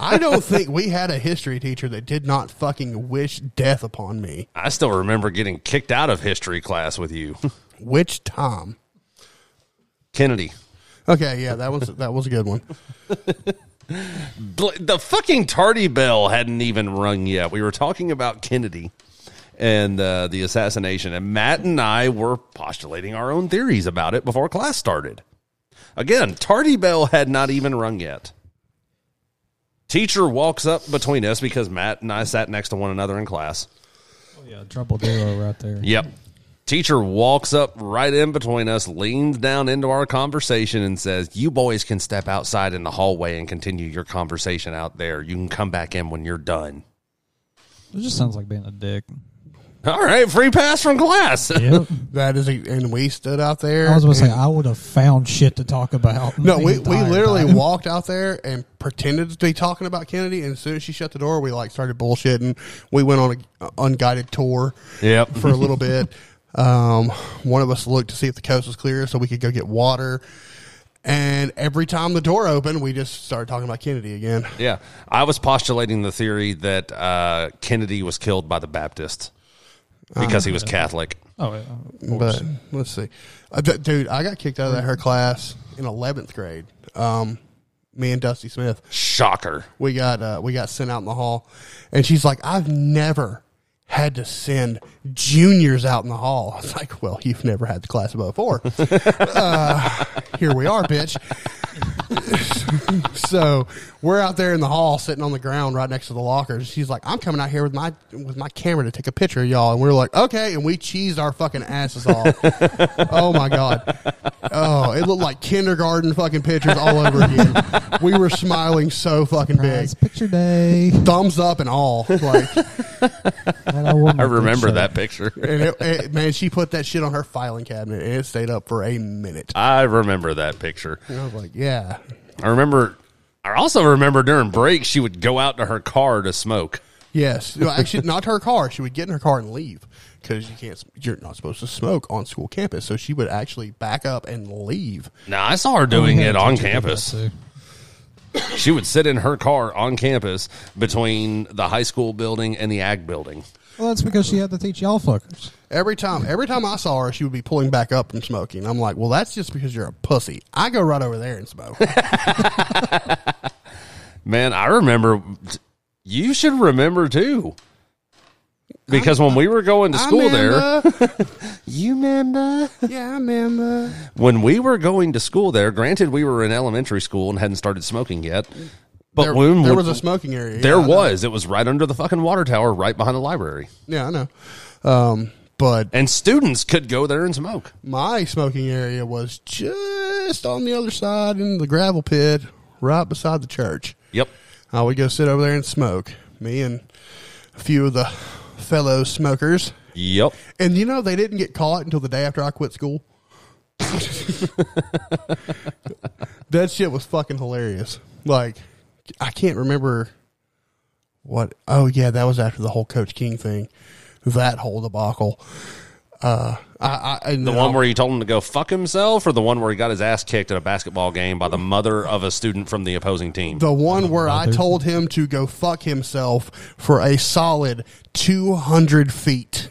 S2: I don't think we had a history teacher that did not fucking wish death upon me.
S1: I still remember getting kicked out of history class with you.
S2: Which Tom?
S1: Kennedy.
S2: Okay, yeah, that was that was a good one.
S1: Bl- The fucking tardy bell hadn't even rung yet. We were talking about Kennedy and uh, the assassination, and Matt and I were postulating our own theories about it before class started. Again, tardy bell had not even rung yet. Teacher walks up between us because Matt and I sat next to one another in class.
S3: yeah, triple duo right there.
S1: Yep. Teacher walks up right in between us, leans down into our conversation, and says, You boys can step outside in the hallway and continue your conversation out there. You can come back in when you're done.
S3: It just sounds like being a dick.
S1: All right, free pass from class.
S3: Yep.
S2: That is, a, and we stood out there.
S3: I was going to say
S2: and-
S3: I would have found shit to talk about.
S2: no,
S3: the
S2: we, we
S3: entire
S2: literally
S3: time.
S2: walked out there and pretended to be talking about Kennedy. And as soon as she shut the door, we like started bullshitting. We went on a unguided tour.
S1: Yep.
S2: for a little bit. Um, one of us looked to see if the coast was clear so we could go get water. And every time the door opened, we just started talking about Kennedy again.
S1: Yeah. I was postulating the theory that uh, Kennedy was killed by the Baptists because he was Catholic.
S3: Oh, yeah.
S2: But let's see, uh, d- dude, I got kicked out of her class in eleventh grade. Um, me and Dusty Smith,
S1: Shocker.
S2: we got uh, we got sent out in the hall, and she's like, "I've never had to send juniors out in the hall." I was like, "Well, you've never had the class above four. uh, here we are, bitch." so we're out there in the hall, sitting on the ground right next to the lockers. She's like, "I'm coming out here with my with my camera to take a picture of y'all," and we're like, "Okay," and we cheesed our fucking asses off. oh my god! Oh, it looked like kindergarten fucking pictures all over again. we were smiling so fucking big,
S3: It's picture day.
S2: thumbs up and all. Like,
S3: And I, wore my
S1: I remember
S3: picture.
S1: that picture.
S2: and it, it- man, she put that shit on her filing cabinet, and it stayed up for a minute.
S1: I remember that picture.
S2: And I was like, "Yeah."
S1: I remember. I also remember during break she would go out to her car to smoke.
S2: Yes. No, actually, not her car. She would get in her car and leave because you can't. You're not supposed to smoke on school campus. So she would actually back up and leave.
S1: No, I saw her doing
S3: Yeah,
S1: it on
S3: picture did that
S1: campus.
S3: too.
S1: She would sit in her car on campus between the high school building and the ag building.
S3: Well, that's because she had to teach y'all fuckers.
S2: Every time, every time I saw her, she would be pulling back up from smoking. I'm like, well, that's just because you're a pussy. I go right over there and smoke.
S1: Man, I remember. You should remember too, because when we were going to school there, you remember
S2: Yeah, I remember.
S1: when we were going to school there. Granted, we were in elementary school and hadn't started smoking yet, but
S2: There,
S1: when
S2: there was a smoking area.
S1: there
S2: Yeah, I know.
S1: was it was right under the fucking water tower, right behind the library.
S2: Yeah, I know. Um, but
S1: and students could go there and smoke.
S2: my smoking area was just on the other side in the gravel pit, right beside the church.
S1: Yep.
S2: I would go sit over there and smoke. Me and a few of the fellow smokers.
S1: Yep.
S2: And you know, they didn't get caught until the day after I quit school. that shit was fucking hilarious. Like, I can't remember what. Oh yeah, that was after the whole Coach King thing, that whole debacle. Uh, I, I
S1: The one where he told him to go fuck himself, or the one where he got his ass kicked at a basketball game by the mother of a student from the opposing team.
S2: the one where I
S3: Mother.
S2: told him to go fuck himself for a solid two hundred feet.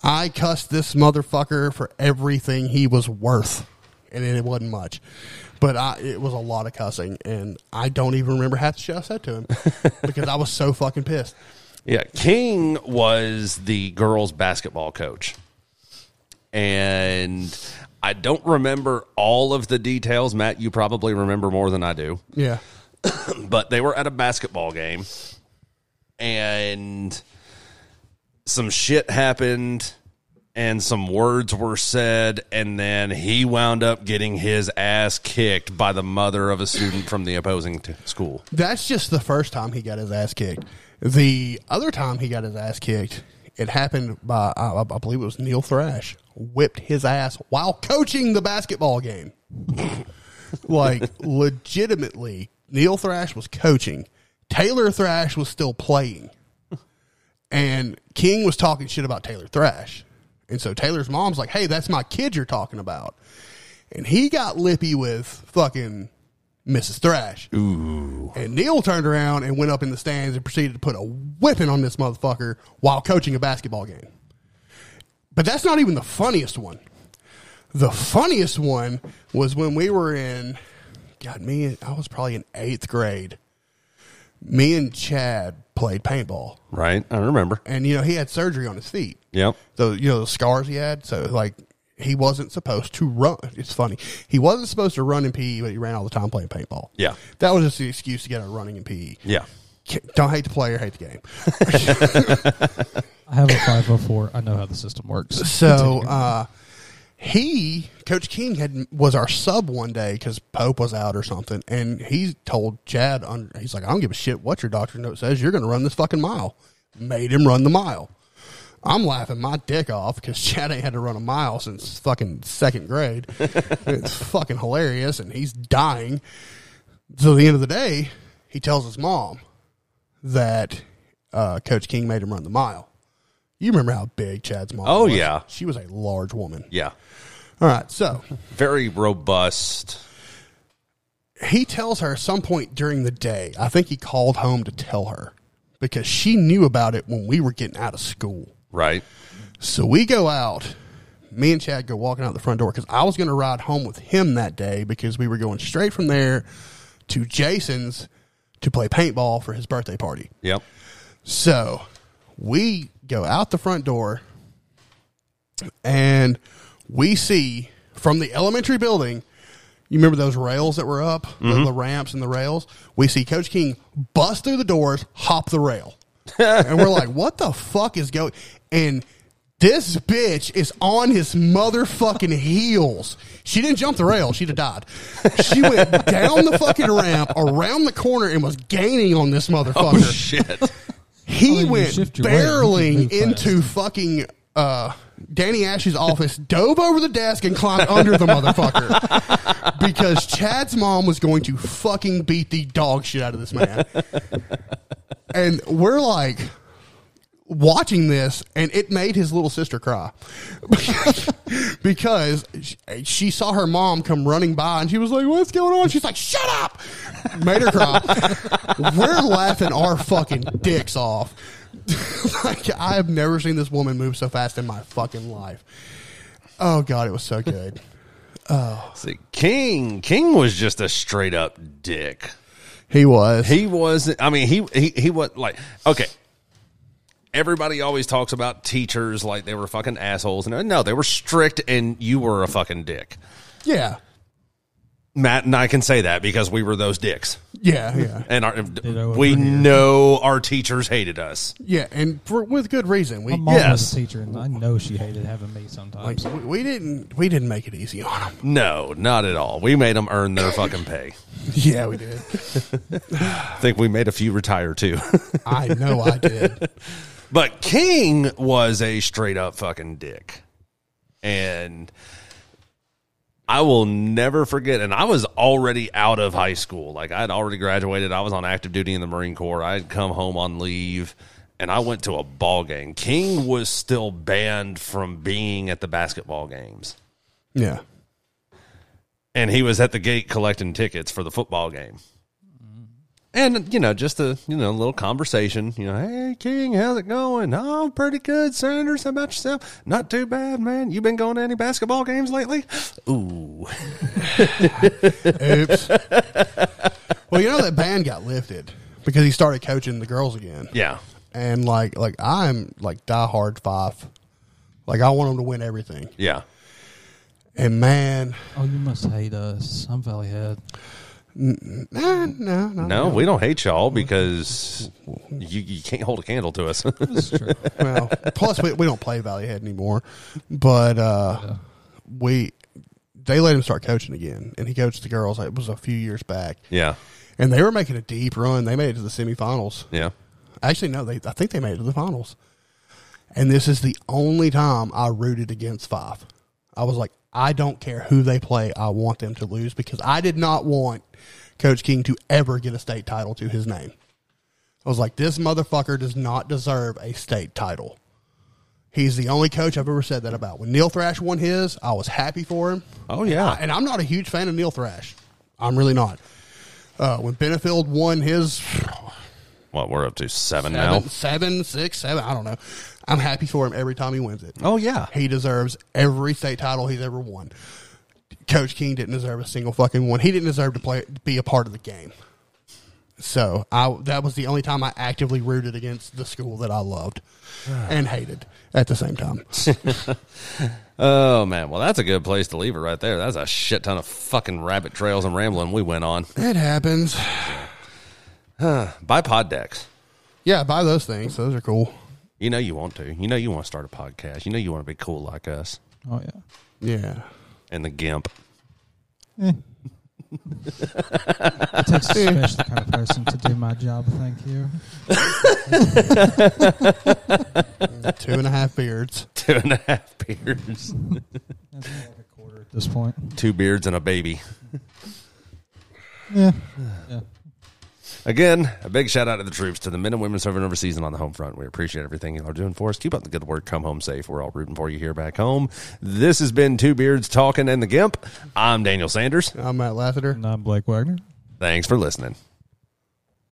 S2: I cussed this motherfucker for everything he was worth, and it wasn't much. But I, it was a lot of cussing, and I don't even remember half the shit I said to him because I was so fucking pissed.
S1: Yeah, King was the girls' basketball coach. And I don't remember all of the details. Matt, you probably remember more than I do.
S2: Yeah,
S1: But they were at a basketball game and some shit happened and some words were said and then he wound up getting his ass kicked by the mother of a student from the opposing t- school.
S2: That's just the first time he got his ass kicked. The other time he got his ass kicked, it happened by I, I believe it was Neil Thrash whipped his ass while coaching the basketball game. like legitimately, Neil Thrash was coaching. Taylor Thrash was still playing. And King was talking shit about Taylor Thrash. And so Taylor's mom's like, "Hey, that's my kid you're talking about." And he got lippy with fucking Mrs. Thrash. And Neil turned around and went up in the stands and proceeded to put a whipping on this motherfucker while coaching a basketball game. But that's not even the funniest one. The funniest one was when we were in, God, me, and- I was probably in eighth grade. Me and Chad played paintball.
S1: Right? I remember.
S2: And, you know, he had surgery on his feet
S1: Yep.
S2: the you know the scars he had. So like he wasn't supposed to run. It's funny he wasn't supposed to run in PE, but he ran all the time playing paintball.
S1: Yeah.
S2: that was just the excuse to get out of running in PE.
S1: Yeah.
S2: Don't hate the player, hate the game.
S3: I have a 504. I know how the system works.
S2: So uh, he, Coach King, had was our sub one day because Pope was out or something, and he told Chad, un- he's like, I don't give a shit what your doctor's note says. You're going to run this fucking mile. Made him run the mile. I'm laughing my dick off because Chad ain't had to run a mile since fucking second grade. it's fucking hilarious, and he's dying. So at the end of the day, he tells his mom that uh, Coach King made him run the mile. You remember how big Chad's mom
S1: Oh,
S2: was?
S1: yeah.
S2: She was a large woman.
S1: Yeah.
S2: All right, so
S1: Very robust.
S2: he tells her at some point during the day, I think he called home to tell her because she knew about it when we were getting out of school.
S1: Right.
S2: So we go out. Me and Chad go walking out the front door because I was going to ride home with him that day because we were going straight from there to Jason's to play paintball for his birthday party.
S1: Yep.
S2: So we go out the front door and we see from the elementary building, you remember those rails that were up, the, the ramps and the rails? We see Coach King bust through the doors, hop the rail. and we're like, what the fuck is going and this bitch is on his motherfucking heels. She didn't jump the rail. She'd have died. She went down the fucking ramp, around the corner, and was gaining on this motherfucker.
S1: Shit.
S2: He
S3: Oh, you
S2: went
S3: shift your weight, you can
S2: barreling
S3: move fast.
S2: into fucking uh, Danny Ash's office, dove over the desk, and climbed under the motherfucker because Chad's mom was going to fucking beat the dog shit out of this man. And we're like watching this, and it made his little sister cry because she, she saw her mom come running by and she was like, What's going on? She's like, Shut up! Made her cry. We're laughing our fucking dicks off. like, I have never seen this woman move so fast in my fucking life. Oh, God, it was so good.
S1: See, King King was just a straight up dick.
S2: He was.
S1: He was I mean, he he he was like okay. Everybody always talks about teachers like they were fucking assholes and uh, no, they were strict and you were a fucking dick.
S2: yeah.
S1: Matt and I can say that because we were those dicks.
S2: Yeah, yeah.
S1: And our,
S3: Ditto
S1: we
S3: over here.
S1: know our teachers hated us.
S2: Yeah, and for, with good reason. We,
S3: My mom
S1: Yes.
S3: was a teacher, and I know she hated having me sometimes.
S2: we we didn't we didn't make it easy on him.
S1: No, not at all. We made them earn their fucking pay.
S2: Yeah, we did.
S1: I think we made a few retire too.
S2: I know I did.
S1: But King was a straight up fucking dick. And I will never forget. And I was already out of high school. Like I had already graduated. I was on active duty in the Marine Corps. I had come home on leave and I went to a ball game. King was still banned from being at the basketball games.
S2: Yeah.
S1: And he was at the gate collecting tickets for the football game. And you know, just a you know, little conversation. You know, hey King, how's it going? Oh, pretty good, Sanders. How about yourself? Not too bad, man. You been going to any basketball games lately? Ooh,
S2: Oops. well, you know that ban got lifted because he started coaching the girls again.
S1: yeah.
S2: And like like I'm like diehard five. Like I want them to win everything.
S1: Yeah.
S2: And man,
S3: Oh, you must hate us. I'm Valley Head.
S2: nah, no, no,
S1: No, we don't hate y'all because you, you can't hold a candle to us.
S3: That's true.
S2: well, plus we, we don't play Valley Head anymore, but uh, we they let him start coaching again, and he coached the girls. It was a few years back,
S1: yeah.
S2: and they were making a deep run. They made it to the semifinals.
S1: Yeah.
S2: Actually, no, they I think they made it to the finals. And this is the only time I rooted against five. I was like, I don't care who they play, I want them to lose because I did not want Coach King to ever get a state title to his name. I was like, this motherfucker does not deserve a state title. He's the only coach I've ever said that about. When Neil Thrash won his, I was happy for him.
S1: Oh, yeah.
S2: And I'm not a huge fan of Neil Thrash. I'm really not. Uh, when Benefield won his,
S1: What, we're up to seven, now?
S2: Seven, seven, six, seven. I don't know. I'm happy for him every time he wins it.
S1: Oh, yeah.
S2: He deserves every state title he's ever won. Coach King didn't deserve a single fucking one. He didn't deserve to play be a part of the game. So I that was the only time I actively rooted against the school that I loved and hated at the same time.
S1: Oh, man. Well, that's a good place to leave it right there. That's a shit ton of fucking rabbit trails and rambling we went on.
S2: it happens.
S1: Buy pod decks.
S2: Yeah, buy those things. Those are cool.
S1: You know you want to. You know you want to start a podcast. You know you want to be cool like us
S3: Oh yeah.
S2: Yeah.
S1: and the GIMP.
S3: Eh. it takes a special kind of person to do my job. Thank you.
S2: Two and a half beards.
S1: Two and a half beards.
S3: That's more like a quarter at this point.
S1: Two beards and a baby.
S3: Yeah. Yeah.
S1: Again, a big shout out to the troops, to the men and women serving overseas and on the home front. We appreciate everything you are doing for us. Keep up the good work. Come home safe. We're all rooting for you here back home. This has been Two Beards Talking and the Gimp. I'm Daniel Sanders.
S2: I'm Matt Lassiter.
S3: Not Blake Wagner.
S1: Thanks for listening.